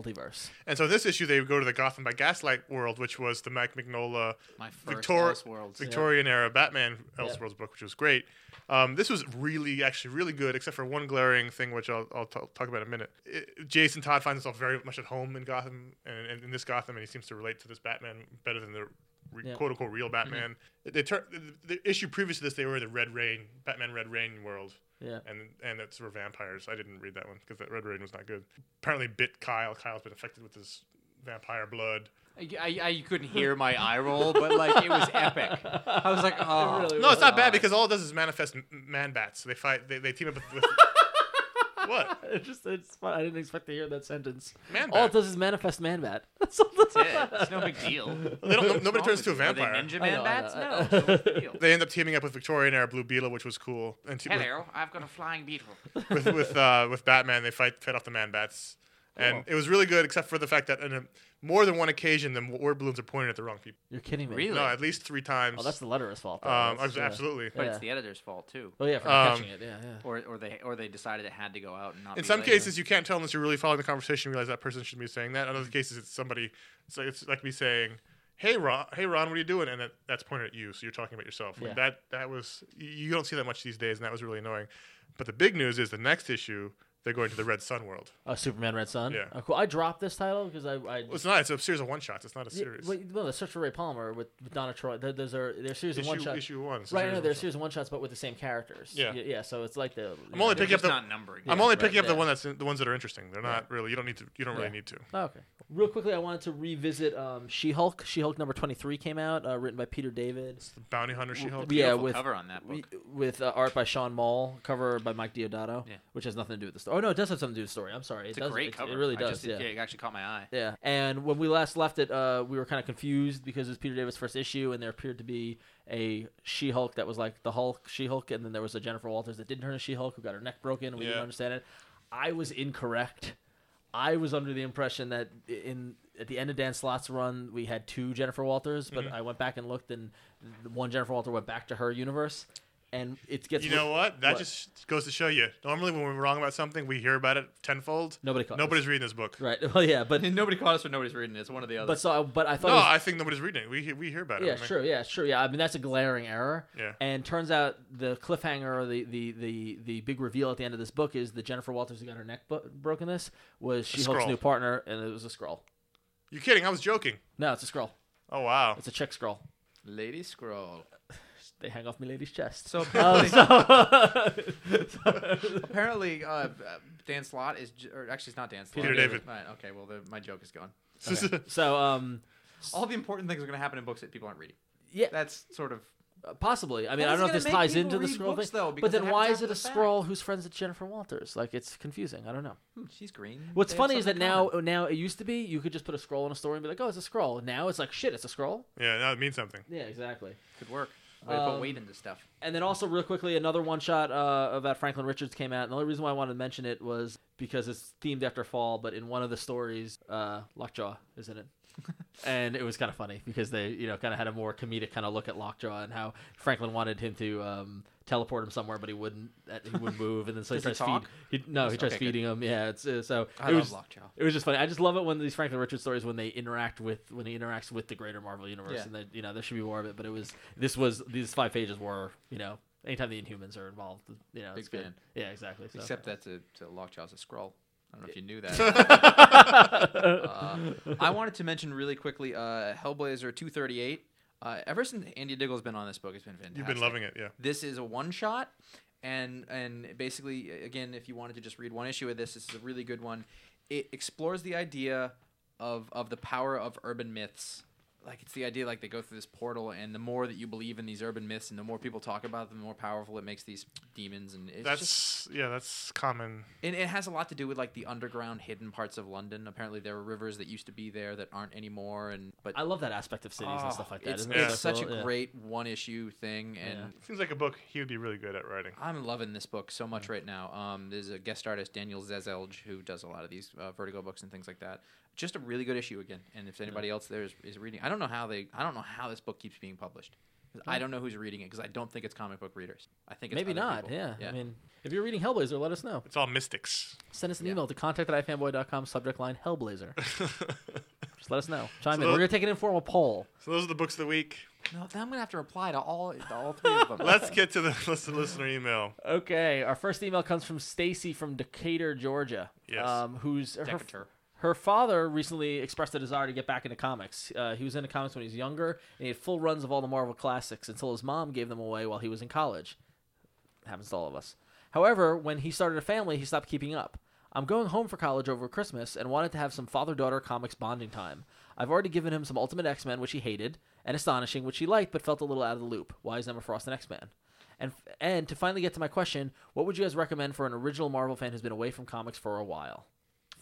And so in this issue, they go to the Gotham by Gaslight world, which was the Mike Mignola My first Victor- Elseworlds. Victorian era Batman Elseworlds book, which was great. Um, this was really, actually, really good, except for one glaring thing, which I'll, I'll t- talk about in a minute. It, Jason Todd finds himself very much at home in Gotham, and, and in this Gotham, and he seems to relate to this Batman better than the re- Yeah. quote unquote real Mm-hmm. Batman. They tur- the, the issue previous to this, they were the Red Rain, Batman Red Rain world. Yeah. And and that's where vampires. I didn't read that one because that Red Rain was not good. Apparently, bit Kyle. Kyle's been affected with this vampire blood. I, I, I couldn't hear my eye roll, but like it was epic. I was like, oh, No, it's not bad because all it does is manifest m- man bats. They fight. They, they team up with. with what? It just it's fun. I didn't expect to hear that sentence. Man All it bat. does is manifest man bat. That's all that's yeah, it's no big deal. They don't, no- nobody What's turns wrong to a with you? vampire. I Are they Ninja man know, I bats? know, I No, it's no big deal. They end up teaming up with Victorian era Blue Beetle, which was cool. And te- with- Hello, I've got a flying beetle. with with, uh, with Batman, they fight fight off the man bats, and it was really good, except for the fact that in a, more than one occasion, the war balloons are pointed at the wrong people. You're kidding me. Really? No, at least three times. Oh, that's the letterer's fault. though. um, That's- yeah. absolutely. But Yeah. it's the editor's fault too, Oh yeah, for not Um, catching it. Yeah, yeah. or or they or they decided it had to go out and not. In be some later. cases, you can't tell unless you're really following the conversation. and Realize that person should be saying that. In Mm-hmm. other cases, it's somebody. It's like, it's like me saying, "Hey Ron, hey Ron, what are you doing?" And that, that's pointed at you, so you're talking about yourself. Like, Yeah. that that was you- you don't see that much these days, and that was really annoying. But the big news is the next issue they're going to the Red Sun world. Oh, Superman Red Sun. Yeah. Oh, cool. I dropped this title because I. I Well, it's not. It's a series of one shots. It's not a yeah, series. wait, no, the Search for Ray Palmer with, with Donna Troy. There, there's a there's series of issue one shot. issue one. It's a Right, series no, of they're a one-shots. series of one shots, but with the same characters. Yeah. yeah. yeah, so it's like the. I'm only They're picking up just the. not numbering. I'm it. only picking up the yeah. one that's in, the ones that are interesting. They're not really. You don't need to. You don't really Yeah. need to. Oh, okay. Real quickly, I wanted to revisit um, She-Hulk. She-Hulk number twenty-three came out, uh, written by Peter David. The Bounty Hunter She Hulk. yeah, Beautiful with cover on that we- book. with uh, art by Sean Mall, cover by Mike Diodato, Yeah. which has nothing to do with the story. Oh no, it does have something to do with the story. I'm sorry, It's it a does. great it, cover. It really I does. just- yeah. it actually caught my eye. Yeah, and when we last left it, uh, we were kind of confused because it was Peter Davis' first issue, and there appeared to be a She-Hulk that was like the Hulk, She-Hulk, and then there was a Jennifer Walters that didn't turn a She-Hulk who got her neck broken, and we didn't Yeah. understand it. I was incorrect. I was under the impression that in at the end of Dan Slott's run, we had two Jennifer Walters, Mm-hmm. but I went back and looked, and the one Jennifer Walter went back to her universe, and it gets You know what? That What? just goes to show you. Normally, when we're wrong about something, we hear about it tenfold. Nobody caught Nobody's reading this book. right. Well, yeah, but Nobody caught us, or nobody's reading it. It's one of the other. but so but I thought No, it was- I think nobody's reading it. We he- we hear about Yeah, it. I mean, sure. Yeah, sure. Yeah, I mean that's a glaring error. Yeah. And turns out the cliffhanger, or the the the the big reveal at the end of this book is that Jennifer Walters who got her neck bu- broken. This was She Hulk's Skrull. new partner, and it was a scroll. You're kidding? I was joking. No, it's a scroll. Oh wow. It's a chick scroll. Lady Scroll. They hang off me lady's chest. So Oh, apparently, so- apparently uh, uh, Dan Slott is, j- or actually, it's not Dan Slott. Peter David. Right, okay, well, the, my joke is gone. so um All the important things are going to happen in books that people aren't reading. yeah, That's sort of possibly. I mean, How I is don't know it if this gonna make ties people into the read scroll books, thing. though? but Because then it why happens is it a after the fact. scroll who's friends with Jennifer Walters? Like it's confusing. I don't know. hmm, she's green. What's They have funny is that something in now common. now it used to be you could just put a scroll on a story and be like, oh, it's a scroll. Now it's like shit, it's a scroll. Yeah, now it means something. Yeah, exactly. could work. Way to Um, put weight into stuff. And then also real quickly, another one shot uh, about Franklin Richards came out. And the only reason why I wanted to mention it was because it's themed after fall, but in one of the stories, uh, Lockjaw is in it. and it was kind of funny because they, you know, kind of had a more comedic kind of look at Lockjaw and how Franklin wanted him to um, teleport him somewhere, but he wouldn't. That he wouldn't move, and then so he Does tries he feed. He, no, he Yes, tries okay, good. feeding him. Yeah, it's uh, so. I it love was, Lockjaw. It was just funny. I just love it when these Franklin Richards stories when they interact with when he interacts with the greater Marvel universe, Yeah. and that you know there should be more of it. But it was this was these five pages were you know anytime the Inhumans are involved, you know it's Big good. fan. Yeah, exactly. So. Except that's a, to Lockjaw's a scroll. I don't know if you knew that. Uh, I wanted to mention really quickly uh, Hellblazer 238. Uh, ever since Andy Diggle's been on this book, it's been fantastic. You've been loving it, yeah. This is a one shot, and and basically, again, if you wanted to just read one issue of this, this is a really good one. It explores the idea of of the power of urban myths like it's the idea like they go through this portal and the more that you believe in these urban myths and the more people talk about them the more powerful it makes these demons and it's That's just, yeah, that's common. and it has a lot to do with like the underground hidden parts of london apparently there were rivers that used to be there that aren't anymore and but I love that aspect of cities oh, and stuff like that. it's, Isn't it it's so such cool? a Yeah. great one issue thing and Yeah. Seems like a book he would be really good at writing. I'm loving this book so much right now. Um, there's a guest artist, Daniel Zezelj, who does a lot of these uh, Vertigo books and things like that. Just a really good issue again. And if anybody else there is, is reading, I don't know how they, I don't know how this book keeps being published. 'Cause I don't know who's reading it because I don't think it's comic book readers. I think it's Hmm. Maybe other not. people. Yeah. I mean, if you're reading Hellblazer, let us know. It's all mystics. Send us an Yeah. email to contact at ifanboy.com, subject line Hellblazer. Just let us know. Chime So in. the- We're going to take an informal poll. So those are the books of the week. no, then I'm gonna have to reply to all to all three of them. Let's get to the let's to listener email. Okay, our first email comes from Stacy from Decatur, Georgia. Yes. Um, who's her, Decatur. her father recently expressed a desire to get back into comics. Uh, he was into comics when he was younger, and he had full runs of all the Marvel classics until his mom gave them away while he was in college. Happens to all of us. However, when he started a family, he stopped keeping up. I'm going home for college over Christmas and wanted to have some father daughter comics bonding time. I've already given him some Ultimate X Men, which he hated, and Astonishing, which he liked but felt a little out of the loop. Why is Emma Frost an X Man? And and to finally get to my question, what would you guys recommend for an original Marvel fan who's been away from comics for a while?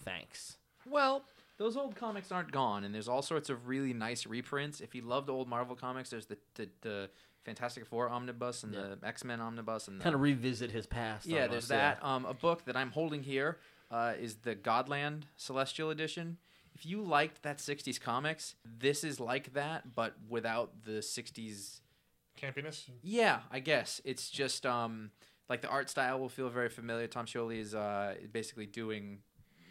Thanks. Well, those old comics aren't gone, and there's all sorts of really nice reprints. If you love the old Marvel comics, there's the the, the Fantastic Four omnibus and the X Men omnibus and the Kind of revisit his past. Yeah, almost, there's that. Um, a book that I'm holding here uh, is the Godland Celestial Edition. If you liked that 60s comics, this is like that, but without the 60s. Campiness. Yeah, I guess. It's just um, like the art style will feel very familiar. Tom Scioli is uh, basically doing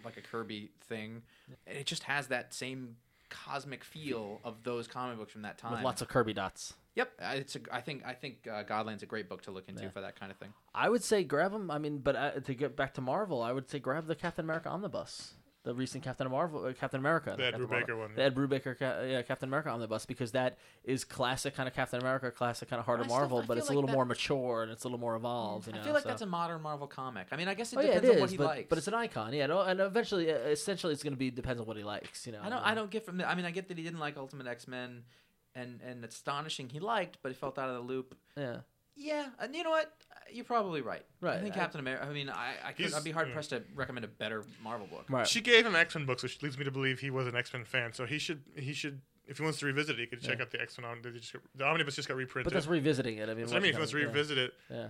like a Kirby thing. And It just has that same cosmic feel of those comic books from that time. With lots of Kirby dots. yep, I- it's a, I think I think uh, Godland's a great book to look into for that kind of thing. I would say grab him. I mean, but uh, to get back to Marvel, I would say grab the Captain America omnibus, the recent Captain Marvel, uh, Captain America, The Ed Captain Brubaker Marvel. one, the Ed Brubaker ca- yeah, Captain America omnibus, because that is classic kind of Captain America, classic kind of harder I still- Marvel, I but feel it's a like little that- Mm, more mature and it's a little more evolved. You know, I feel like so. that's a modern Marvel comic. I mean, I guess it Oh yeah, depends it is, on what he but, likes. but it's an icon, yeah. no, And eventually, uh, essentially, it's going to be depends on what he likes, you know. I don't. I don't get from. The, I mean, I get that he didn't like Ultimate X Men, and and astonishing he liked, but he felt out of the loop. Yeah, Yeah, and you know what? You're probably right. I Right, think I- Captain America. I mean, I, I could, He's- I'd be hard yeah. pressed to recommend a better Marvel book. right. She gave him X Men books, which leads me to believe he was an X Men fan. So he should he should if he wants to revisit it, he could check out the X Men. The omnibus just got reprinted. but that's revisiting it. I mean, So I mean, if he wants let's to revisit it, Yeah.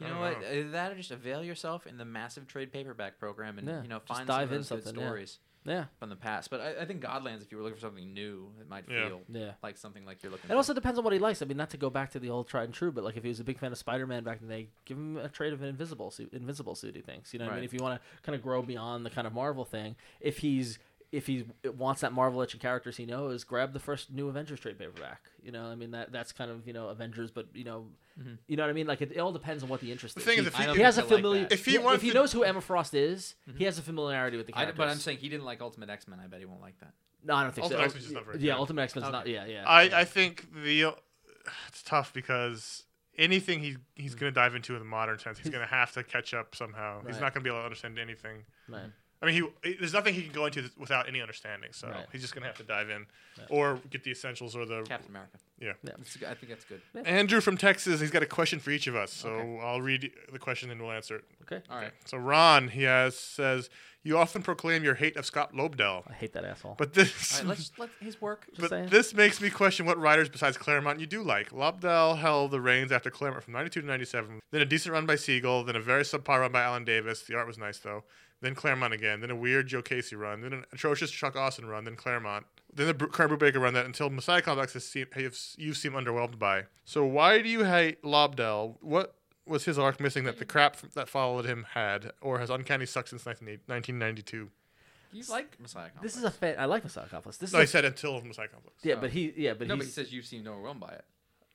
You I know don't what? Either that or just avail yourself in the massive trade paperback program and Yeah, you know just find dive some in of those good something, yeah. stories Yeah, from the past. But I, I think Godlands, if you were looking for something new, it might Yeah. feel Yeah. like something like you're looking. It also depends on what he likes. I mean, not to go back to the old tried and true, but like if he was a big fan of Spider-Man back in the day, give him a trade of an invisible suit, invincible suit. He thinks, you know, what I Right. mean, if you want to kind of grow beyond the kind of Marvel thing, if he's if he wants that Marvel itch and characters he knows, grab the first new Avengers trade paperback. You know, I mean that that's kind of you know Avengers, but you know, you know what I mean. Like it, it all depends on what the interest is. Mm-hmm. thing is, He- if he- he has a I don't think he'll like familiar. that. If If he he, wants if he to- Mm-hmm. knows who Emma Frost is, he has a familiarity with the I, characters. but I'm saying he didn't like Ultimate X Men. I bet he won't like that. no, I don't think Ultimate so. X-Men's just not very yeah, good. Ultimate X Men's not. Yeah, yeah. I, I think the it's tough because anything he he's going to dive into in the modern sense, he's going to have to catch up somehow. He's Right. not going to be able to understand anything. Right. I mean, he, he- there's nothing he can go into without any understanding. So Right. he's just going to have to dive in, or get the essentials, or the Captain America. yeah. That's, I think that's good. Andrew from Texas, he's got a question for each of us. So I'll read the question and we'll answer it. Okay. All right. So Ron, he has says, you often proclaim your hate of Scott Lobdell, I hate that asshole. but this All right, let's let his work. Just But saying. this makes me question what writers besides Claremont you do like. Lobdell held the reins after Claremont from 92 to 97, then a decent run by Siegel, then a very subpar run by Alan Davis. The art was nice, though. Then Claremont again, then a weird Joe Casey run, then an atrocious Chuck Austin run, then Claremont, then the Bru- Kurt Brubaker run that until Messiah Complex has seem, have, you seem underwhelmed by. So why do you hate Lobdell? What was his arc missing that the crap that followed him had, or has Uncanny sucked since 19, 1992? You like Messiah? Complex. This is a fan. I like Messiah Complex. This No, I is a, said until Messiah Complex. yeah, but he yeah, but no, but he he's says you've seemed overwhelmed by it.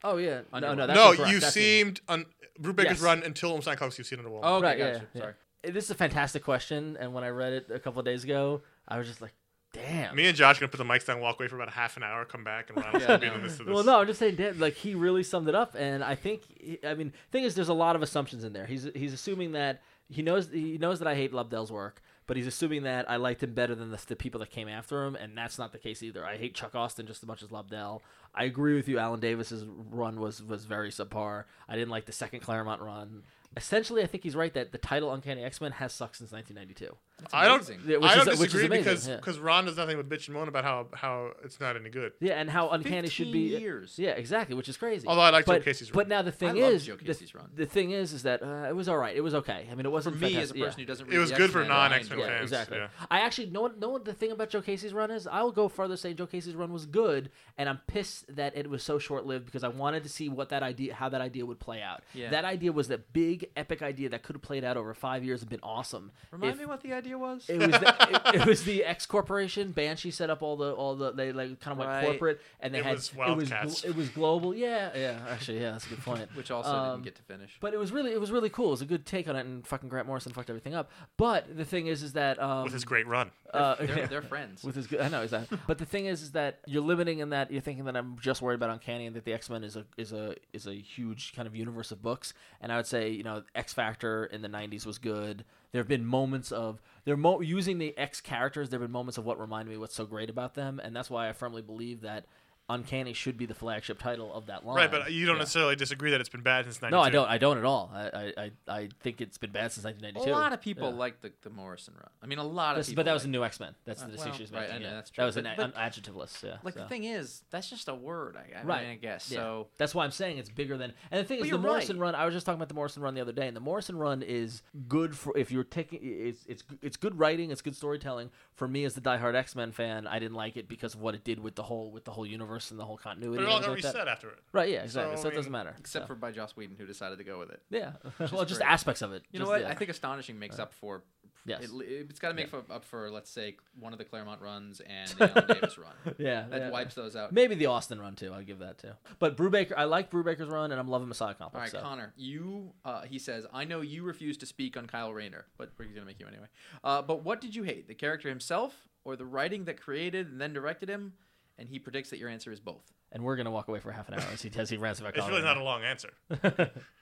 oh yeah, no, no, that's no, incorrect. you That's seemed on Brubaker's Yes. run until Messiah Complex. You've seen it a while. Oh, okay, Right, yeah, gotcha. yeah. Sorry. incorrect. This is a fantastic question, and when I read it a couple of days ago, I was just like, damn. Me and Josh are gonna put the mics down, walk away for about a half an hour, come back, and Ron's Yeah, gonna be in no. the midst of this. well, no, I'm just saying, damn, like he really summed it up, and I think, he- I mean, thing is, there's a lot of assumptions in there. He's he's assuming that he knows he knows that I hate Lobdell's work, but he's assuming that I liked him better than the, the people that came after him, and that's not the case either. I hate Chuck Austin just as much as Lobdell. I agree with you. Alan Davis's run was was very subpar. I didn't like the second Claremont run. Essentially, I think he's right that the title Uncanny X Men has sucked since 1992. I don't. Yeah, which I is- don't which is disagree amazing, because yeah. because Ron does nothing but bitch and moan about how how it's not any good. Yeah, and how uncanny should be 15 years. Yeah, exactly, which is crazy. Although I like Joe but, Casey's run. But now the thing love is, Joe the- Casey's run. The thing is, is that uh, it was all right. It was okay. I mean, it For wasn't me, as a fantastic- yeah. person who doesn't, read It was the good for X-Men, I non-X-Men enjoyed it. fans. exactly. yeah. I actually know know what the thing about Joe Casey's run is. I will go further saying Joe Casey's run was good, and I'm pissed that it was so short lived because I wanted to see what that idea, how that idea would play out. Yeah. That idea was that big epic idea that could have played out over five years and been awesome. Remind if- me what the idea was. it was the, it, it was the X corporation. Banshee set up all the all the they like kind of went Right. corporate and they It had was it was Wildcats. gl- it was global. Yeah, yeah. Actually, yeah, that's a good point. which also Um, didn't get to finish. But it was really it was really cool. It was a good take on it, and fucking Grant Morrison fucked everything up. But the thing is, is that um, With his great run, uh, they're, they're friends. with his good, I know exactly. but the thing is, is that you're limiting in that you're thinking that I'm just worried about Uncanny and that the X Men is a is a is a huge kind of universe of books. And I would say, you know, X Factor in the '90s was good. There have been moments of they're mo- using the X characters. There have been moments of what reminded me what's so great about them, and that's why I firmly believe that Uncanny should be the flagship title of that line. right? But you don't Yeah. necessarily disagree that it's been bad since '92. No, I don't. I don't at all. I I, I, I think it's been bad since a 1992. lot of people Yeah. liked the, the Morrison run. I mean, a lot of That's- people. but that was liked a new X Men. That's Uh, the well, decision she's right, I making. know, yeah. that's That true. was an, But- an but- adjectiveless. Yeah. Like so. the thing is, that's just a word. I, I Right. mean, I guess. Yeah. So that's why I'm saying it's bigger than. And the thing But is, the you're Morrison right. run. I was just talking about the Morrison run the other day, and the Morrison run is good for if you're taking. It's it's it's good writing. It's good storytelling. For me, as the diehard X Men fan, I didn't like it because of what it did with the whole with the whole universe and the whole continuity. But it and all got everything like reset that. after it. Right. Yeah. Exactly. So, So, I it doesn't mean, matter. except So, for by Joss Whedon, who decided to go with it. yeah. well, just great. aspects of it. You know Just- what? yeah. I think astonishing makes up for. Yes. It, it's got to make for, up for, let's say, one of the Claremont runs and the Alan Davis run. Yeah. That yeah. wipes those out. Maybe the Austin run too. I'll give that too. But Brubaker, I like Brubaker's run, and I'm loving Messiah Complex. All right, so. Connor. You, uh, he says, I know you refuse to speak on Kyle Rayner, but we're going to make you anyway. Uh, but what did you hate? The character himself, or the writing that created and then directed him? And he predicts that your answer is both. and we're gonna walk away for half an hour as he as he rants about. It's really Colorado. not a long answer.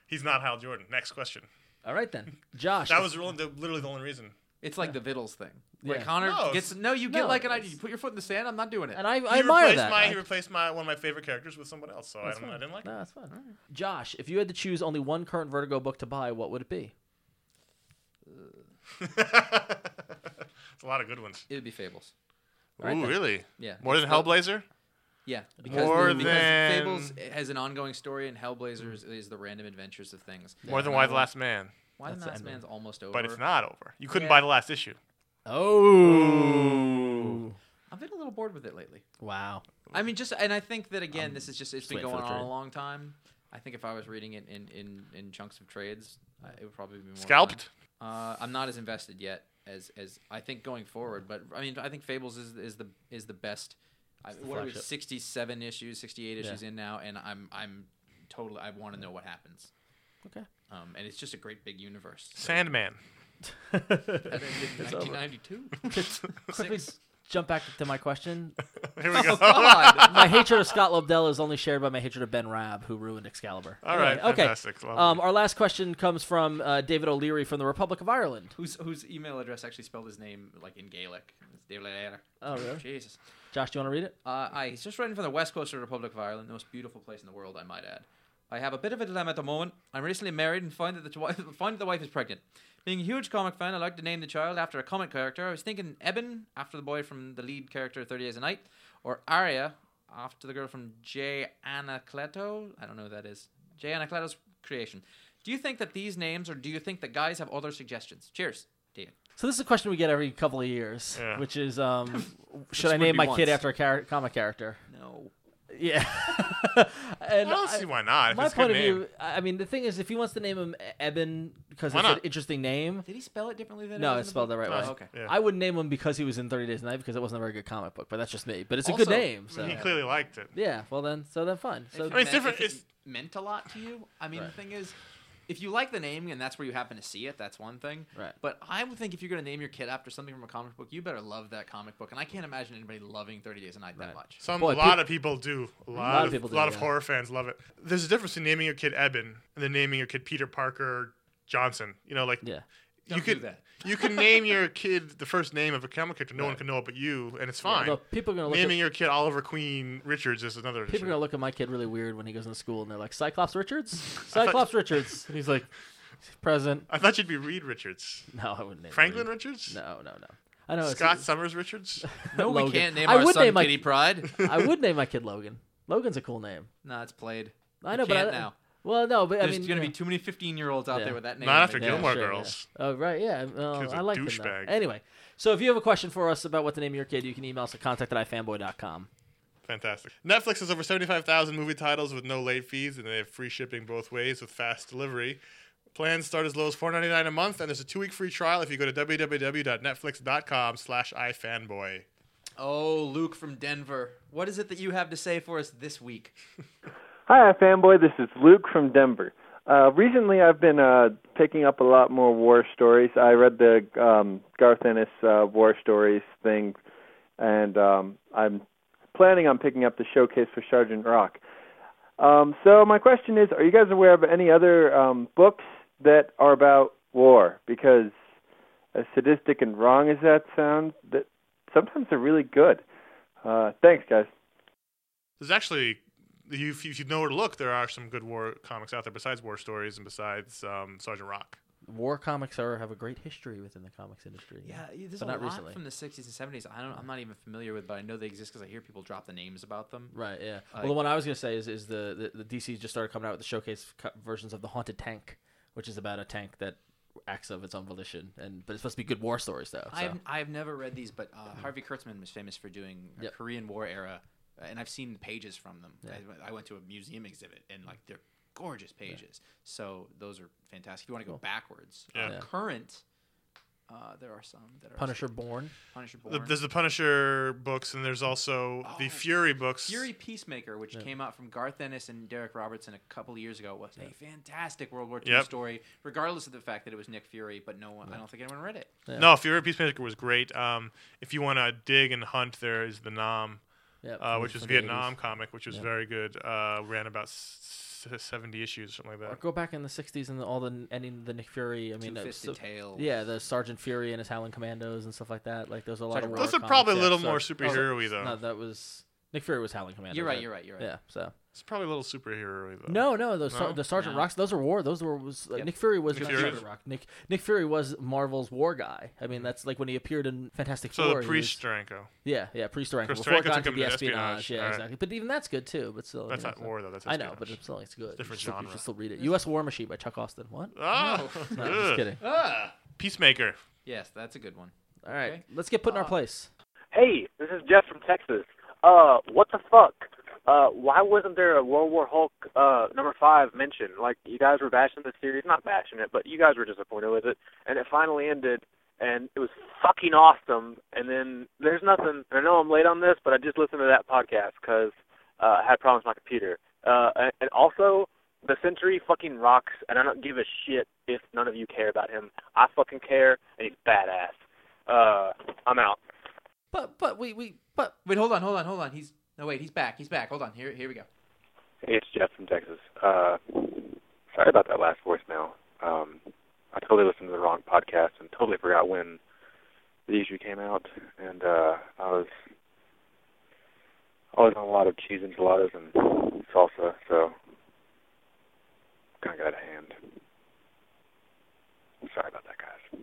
He's not Hal Jordan. Next question. All right then, Josh. That was really- the- literally the only reason. It's like the Vittles thing. Where Yeah. Connor No, gets it's- no, you get no, like an idea. it's- You put your foot in the sand. I'm not doing it. and I, I he admire replaced that. my I- he replaced my one of my favorite characters with someone else, so I don't, I didn't like it. No, that's fine. Josh, if you had to choose only one current Vertigo book to buy, what would it be? it's a lot of good ones. It'd be Fables. Ooh, really? Yeah. More than Hellblazer? Yeah, because, More because than- Fables has an ongoing story, and Hellblazers is the random adventures of things. Mm. More than Why the Last Man. Why the That's the Last ending. Man's almost over. But it's not over. You couldn't Yeah. buy the last issue. Oh, I've been a little bored with it lately. wow. I mean, just and I think that again, this is just it's been waiting for going the on a trade. long time. I think if I was reading it in in in chunks of trades, I, it would probably be more fun. Scalped? Uh, I'm not as invested yet as as I think going forward. But I mean, I think Fables is is the is the best. I, what are we? flagship. 67 issues, 68 issues Yeah. in now, and I'm I'm totally. I want to know what happens. Okay. Um, and it's just a great big universe. So Sandman. that ended in 1992. Let me Six. jump back to my question. Here we go. God. My hatred of Scott Lobdell is only shared by my hatred of Ben Rabb, who ruined Excalibur. All right, Anyway, fantastic. Okay. Lovely. Um, our last question comes from uh, David O'Leary from the Republic of Ireland. Whose whose email address actually spelled his name like in Gaelic? It's David O'Leary. Oh, really? Jesus. Josh, do you want to read it? Uh, I, he's just writing from the west coast of the Republic of Ireland, the most beautiful place in the world, I might add. I have a bit of a dilemma at the moment. I'm recently married and find that the twi- find that the wife is pregnant. Being a huge comic fan, I like to name the child after a comic character. I was thinking Eben after the boy from the lead character of Thirty Days a Night, or Arya after the girl from J. Anacleto. I don't know who that is. J. Anacleto's creation. Do you think that these names, or do you think that guys have other suggestions? Cheers, Dean. So this is a question we get every couple of years, Yeah. which is, um, should Which I would name be my kid once. after a char- comic character? No. Yeah. and I don't see why not. If my it's a good point of name. view, I I mean, the thing is, if he wants to name him Eben because Why it's an not? interesting name, Did he spell it differently than? it No, was it's in the spelled book? the right Oh, way. Okay. Yeah. I wouldn't name him because he was in Thirty Days a Night because it wasn't a very good comic book. But that's just me. But it's a good Also- name. So He clearly liked it. yeah, well then, so then fine. So if it mean, it's meant- different- if it it's- meant a lot to you. I mean, the thing is, if you like the name and that's where you happen to see it, that's one thing. Right. But I would think if you're going to name your kid after something from a comic book, you better love that comic book. And I can't imagine anybody loving Thirty Days a Night that much. Some a Boy, lot of people do. A lot, of, people people do, do, a lot of yeah. horror fans love it. There's a difference in naming your kid Eben and then naming your kid Peter Parker Johnson. You know, like yeah, Don't you can do that. you can name your kid the first name of a comic character. No one can know it but you, and it's fine. Although people are gonna look. At, Naming your kid Oliver Queen Richards is another. people issue. are gonna look at my kid really weird when he goes into school, and they're like, "Cyclops Richards, Cyclops Richards," and he's like, "Present." I thought you'd be Reed Richards, No, I wouldn't name him. Franklin Richards, No, no, no. I know. it's- Scott Summers Richards. No, we Logan. can't name I our would son name my- Kitty Pride. I would name my kid Logan. Logan's a cool name. no, it's played. I You know, but can't I, now. Well, no, but I There's mean, gonna you be know. too many 15 year olds out Yeah. there with that name. Not after in Yeah, their name. Gilmore sure, Girls. Yeah. Oh, right, yeah. well, Kid's a I like them, though. douchebag. Anyway, so if you have a question for us about what the name of your kid, you can email us at contact at ifanboy.com. Fantastic. Netflix has over 75,000 movie titles with no late fees, and they have free shipping both ways with fast delivery. Plans start as low as $4.99 a month, and there's a two-week free trial if you go to www.netflix.com slash ifanboy. Oh, Luke from Denver. What is it that you have to say for us this week? Hi, fanboy. This is Luke from Denver. Uh, recently, I've been uh, picking up a lot more war stories. I read the um, Garth Ennis uh, war stories thing, and um, I'm planning on picking up the showcase for Sergeant Rock. Um, so my question is: Are you guys aware of any other um, books that are about war? Because as sadistic and wrong as that sounds, that sometimes they're really good. Uh, thanks, guys. There's actually, if you, if you know where to look, there are some good war comics out there besides War Stories and besides um, Sergeant Rock. War comics are have a great history within the comics industry. Yeah, there's But a not lot recently. from the 60s and 70s. I don't, I'm not even familiar with, but I know they exist because I hear people drop the names about them. Right, yeah. Like- well, the one I was going to say is is the, the, the DC just started coming out with the showcase co- versions of the Haunted Tank, which is about a tank that acts of its own volition, and but it's supposed to be good war stories though. So. I've, I've never read these, but uh, Harvey Kurtzman was famous for doing a Yep. Korean War era, uh, and I've seen pages from them. I, I went to a museum exhibit, and like they're gorgeous pages. So those are fantastic. If you want to go backwards, uh, Yeah. current, uh, there are some that are Punisher Born. Punisher Born, The, there's the Punisher books, and there's also the Fury books. Fury Peacemaker, which came out from Garth Ennis and Derek Robertson a couple of years ago, was a fantastic World War II Yep. story, regardless of the fact that it was Nick Fury. But no one, I don't think anyone read it. No, Fury Peacemaker was great. Um, if you want to dig and hunt, there is the Nam. Yep, uh, from- which was from the Vietnam 80s. comic, which was very good. Uh, ran about s- s- seventy issues, something like Or that. go back in the '60s and all the ending the Nick Fury. I mean, uh, Two-Fisted so- Tales. Yeah, the Sergeant Fury and his Howling Commandos and stuff like that. Like those are a lot Sergeant of Rock. war Those are comics, probably a yeah, little so- more superhero-y though. No, that was Nick Fury was Howling Commandos. You're right. You're right. You're right. Yeah. So It's probably a little superhero-y though. no, no, those No? the Sergeant No. Rocks. Those are war. Those were was uh, Yep. Nick Fury was Nick not Fury. Sergeant Rock. Nick Nick Fury was Marvel's war guy. I mean, that's like when he appeared in Fantastic Mm. So Four. the he priest was- Stranko. Yeah, yeah, priest rank. Chris Before it Terranko got took to him be to espionage. espionage, Yeah, alright. exactly. But even that's good too. But still, That's you know, not so- war though. That's I know, but espionage. it's still it's good. Different you still, You genre. should still read it. U.S. War Machine by Chuck Austin. What? ah, No, ugh. I'm just kidding. All Peacemaker. Yes, that's a good one. right, let's get put Uh, in our place. Hey, this is Jeff from Texas. Uh, what the fuck? Uh, why wasn't there a World War Hulk uh number five mentioned? Like you guys were bashing the series, not bashing it, but you guys were disappointed with it, and it finally ended, and it was fucking awesome. And then there's nothing. I know I'm late on this, but I just listened to that podcast because uh, I had problems with my computer. Uh, and- and also the Century fucking rocks, and I don't give a shit if none of you care about him. I fucking care, and he's badass. Uh, I'm out. But but we we but Wait, hold on, hold on, hold on. He's no wait, he's back. He's back. Hold on. Here here we go. It's Jeff from Texas. Uh, sorry about that last voicemail. Um, I totally listened to the wrong podcast and totally forgot when the issue came out, and uh, I was I was on a lot of cheese enchiladas and salsa, so kind of got out of hand. Sorry about that, guys.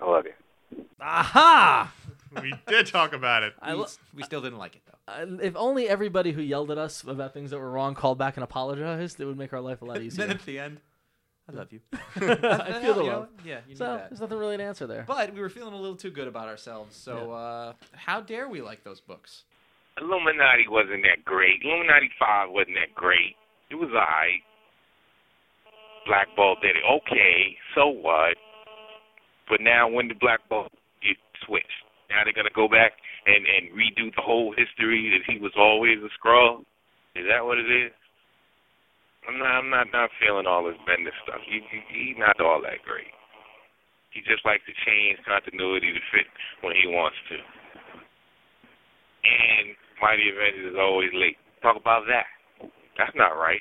I love you. aha! We did talk about it. I We, lo- we still didn't like it though. I- uh, if only everybody who yelled at us about things that were wrong called back and apologized, it would make our life a lot Then easier. at the end, I love you. I feel the You know love. what? Yeah, you need So that. there's nothing really to answer there. But we were feeling a little too good about ourselves. So uh, how dare we like those books? Illuminati wasn't that great. Illuminati 5 wasn't that great. It was alright. Black Bolt did it. Okay, so what? But now when the Black Bolt get switched, now they're going to go back and, and redo the whole history that he was always a Skrull? Is that what it is? I'm not, I'm not, not feeling all this Bendis stuff. He, he, he not all that great. He just likes to change continuity to fit when he wants to and Mighty Avengers is always late. Talk about that. That's not right.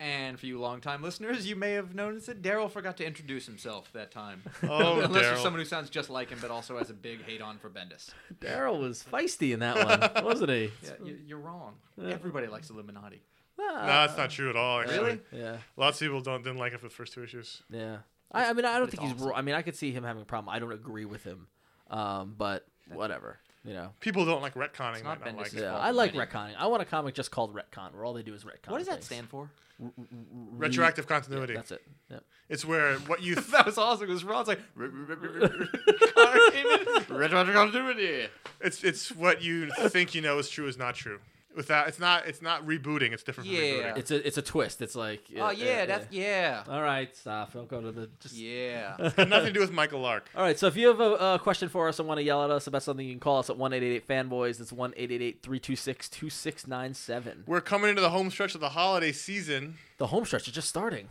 And for you long-time listeners, you may have noticed that Daryl forgot to introduce himself that time. Oh, Unless you're Daryl. someone who sounds just like him, but also has a big hate on for Bendis. Daryl was feisty in that one, wasn't he? Yeah, you- you're wrong. Everybody likes Illuminati. No, Ah, that's not true at all. Actually, Really? yeah. lots of people don't didn't like it for the first two issues. Yeah. I, I mean, I don't it's think he's. awesome. wrong. I mean, I could see him having a problem. I don't agree with him, um, but whatever. You know. People don't like retconning. not might not like Bendis' it. Yeah, fault I like already. retconning. I want a comic just called retcon, where all they do is retcon. What does that things. stand for? Retroactive continuity. That's it. Yeah. It's where what you th- That was awesome. It was Ron's like. Connor came in. Retroactive continuity. it's it's what you think you know is true is not true. Without it's not it's not rebooting. It's different from Yeah. rebooting. It's a it's a twist. It's like. Oh yeah, that's yeah. All right, stop. Don't go to the. Just... Yeah. It's got nothing to do with Michael Lark. All right, so if you have a, uh question for us and want to yell at us about something, you can call us at one eight eight eight fanboys. That's one eight eight eight three two six two six nine seven. We're coming into the home stretch of the holiday season. The home stretch is just starting.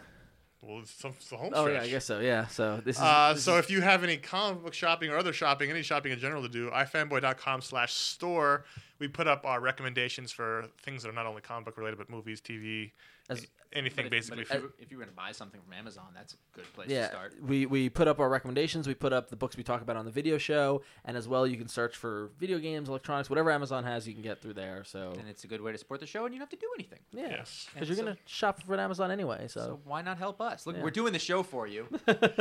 Well, it's, some- it's the home Oh stretch. yeah, I guess so. Yeah, so this is. Uh, this so is- if you have any comic book shopping or other shopping, any shopping in general to do, ifanboy.com slash store. We put up our recommendations for things that are not only comic book related, but movies, TV, As- anything But if- but basically. if, you, if you were going to buy something from Amazon, that's a good place to yeah, start. we we put up our recommendations. We put up the books we talk about on the video show, and as well, you can search for video games, electronics, whatever Amazon has, you can get through there. So And it's a good way to support the show, and you don't have to do anything. yeah, Yes. because you're gonna shop for Amazon anyway. So So, why not help us? Look, we're doing the show for you.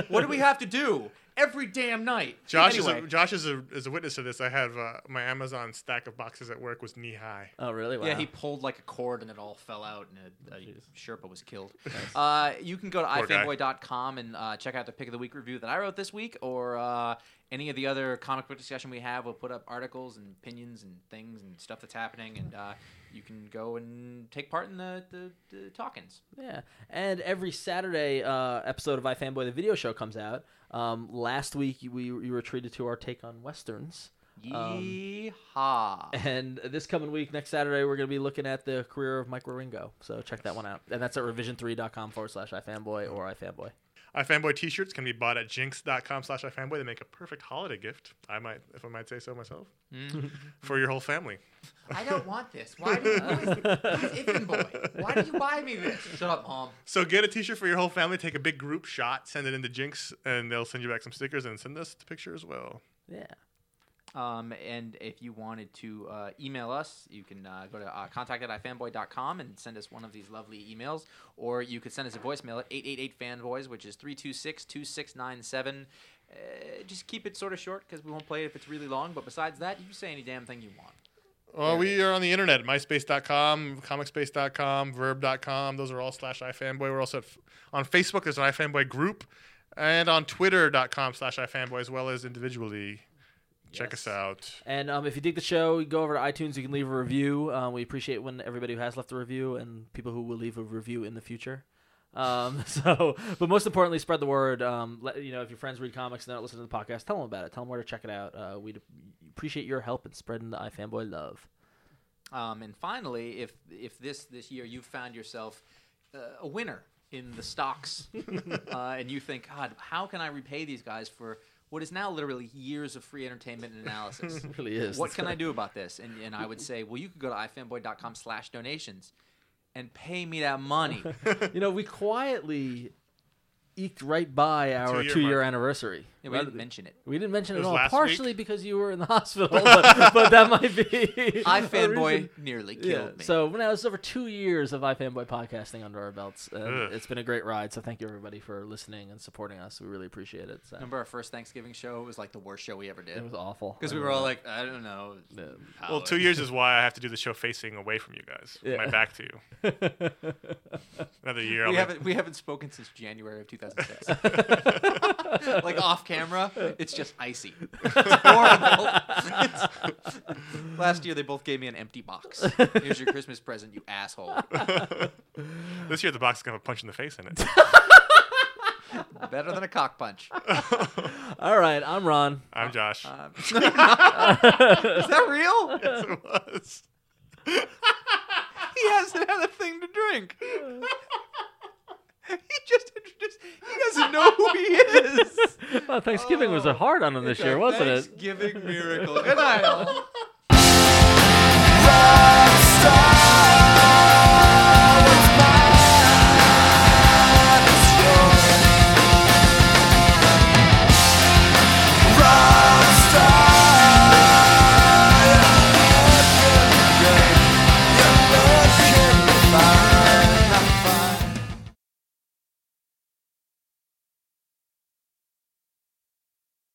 what do we have to do every damn night? Josh, is anyway, a, Josh is a is a witness to this. I have uh, my Amazon stack of boxes at work was knee high. oh really? Wow. yeah, he pulled like a cord, and it all fell out, and a, a Sherpa was killed. Uh, you can go to Poor guy. ifanboy.com and uh, check out the pick of the week review that I wrote this week, or uh, any of the other comic book discussion we have. We'll put up articles and opinions and things and stuff that's happening, and uh, you can go and take part in the the, the talkings. Yeah, and every Saturday uh, episode of iFanboy the video show comes out. Um, last week we we were treated to our take on westerns, Yeehaw! and this coming week next Saturday we're going to be looking at the career of Mike Ringo. So check that one out, and that's at revision3.com forward slash iFanboy or iFanboy. iFanboy t-shirts can be bought at jinx.com slash iFanboy. They make a perfect holiday gift, I might, if I might say so myself, Mm. for your whole family. I don't want this. Why do you Iffin boy? Why do you buy me this? Shut up, mom. So get a t-shirt for your whole family, take a big group shot, send it into Jinx, and they'll send you back some stickers and send us the picture as well. Yeah. Um, and if you wanted to uh, email us, you can uh, go to uh, contact at ifanboy.com and send us one of these lovely emails. Or you could send us a voicemail at 888-FANBOYS, which is 326-2697. Uh, just keep it sort of short because we won't play it if it's really long. But besides that, you can say any damn thing you want. Well, we are on the internet, myspace.com, comicspace.com, verb.com. Those are all slash iFanboy. We're also at, f- on Facebook. There's an iFanboy group. And on twitter.com slash iFanboy as well as individually. Check us out. And um, if you dig the show, you go over to iTunes. You can leave a review. Um, we appreciate when everybody who has left a review and people who will leave a review in the future. Um, so, but most importantly, spread the word. Um, let, you know, if your friends read comics and they don't listen to the podcast, tell them about it. Tell them where to check it out. Uh, we'd appreciate your help in spreading the iFanboy love. Um, and finally, if if this this year you've found yourself uh, a winner in the stocks, uh, and you think, God, how can I repay these guys for what is now literally years of free entertainment and analysis? It really is. what can I do about this? And and I would say, well, you could go to ifanboy.com slash donations and pay me that money. Yeah, You know, we quietly eked right by our Two-year two year mark. anniversary. we didn't mention it. We didn't mention it, It at was all, last partially week. because you were in the hospital, but, but that might be. I a reason. fanboy nearly killed me. So now it's over two years of iFanboy podcasting under our belts. and Ugh. it's been a great ride. So thank you everybody for listening and supporting us. We really appreciate it. So. Remember our first Thanksgiving show? It was like the worst show we ever did. It was awful. Because we were all like, I don't know. Well, two years is why I have to do the show facing away from you guys. with My Yeah. back to you. Another year. We I'll be- haven't we haven't spoken since January of 2006. like off camera, it's just icy. It's horrible. It's- Last year they both gave me an empty box. Here's your Christmas present, you asshole. this year, the box is going to have a punch in the face in it. Better than a cock punch. all right, I'm Ron. I'm Josh. Uh, Is that real? Yes, it was. He hasn't had a thing to drink. He just introduced. He doesn't know who he is. Well, Thanksgiving was a hard on him this year, wasn't it? Thanksgiving miracle. Good night. all.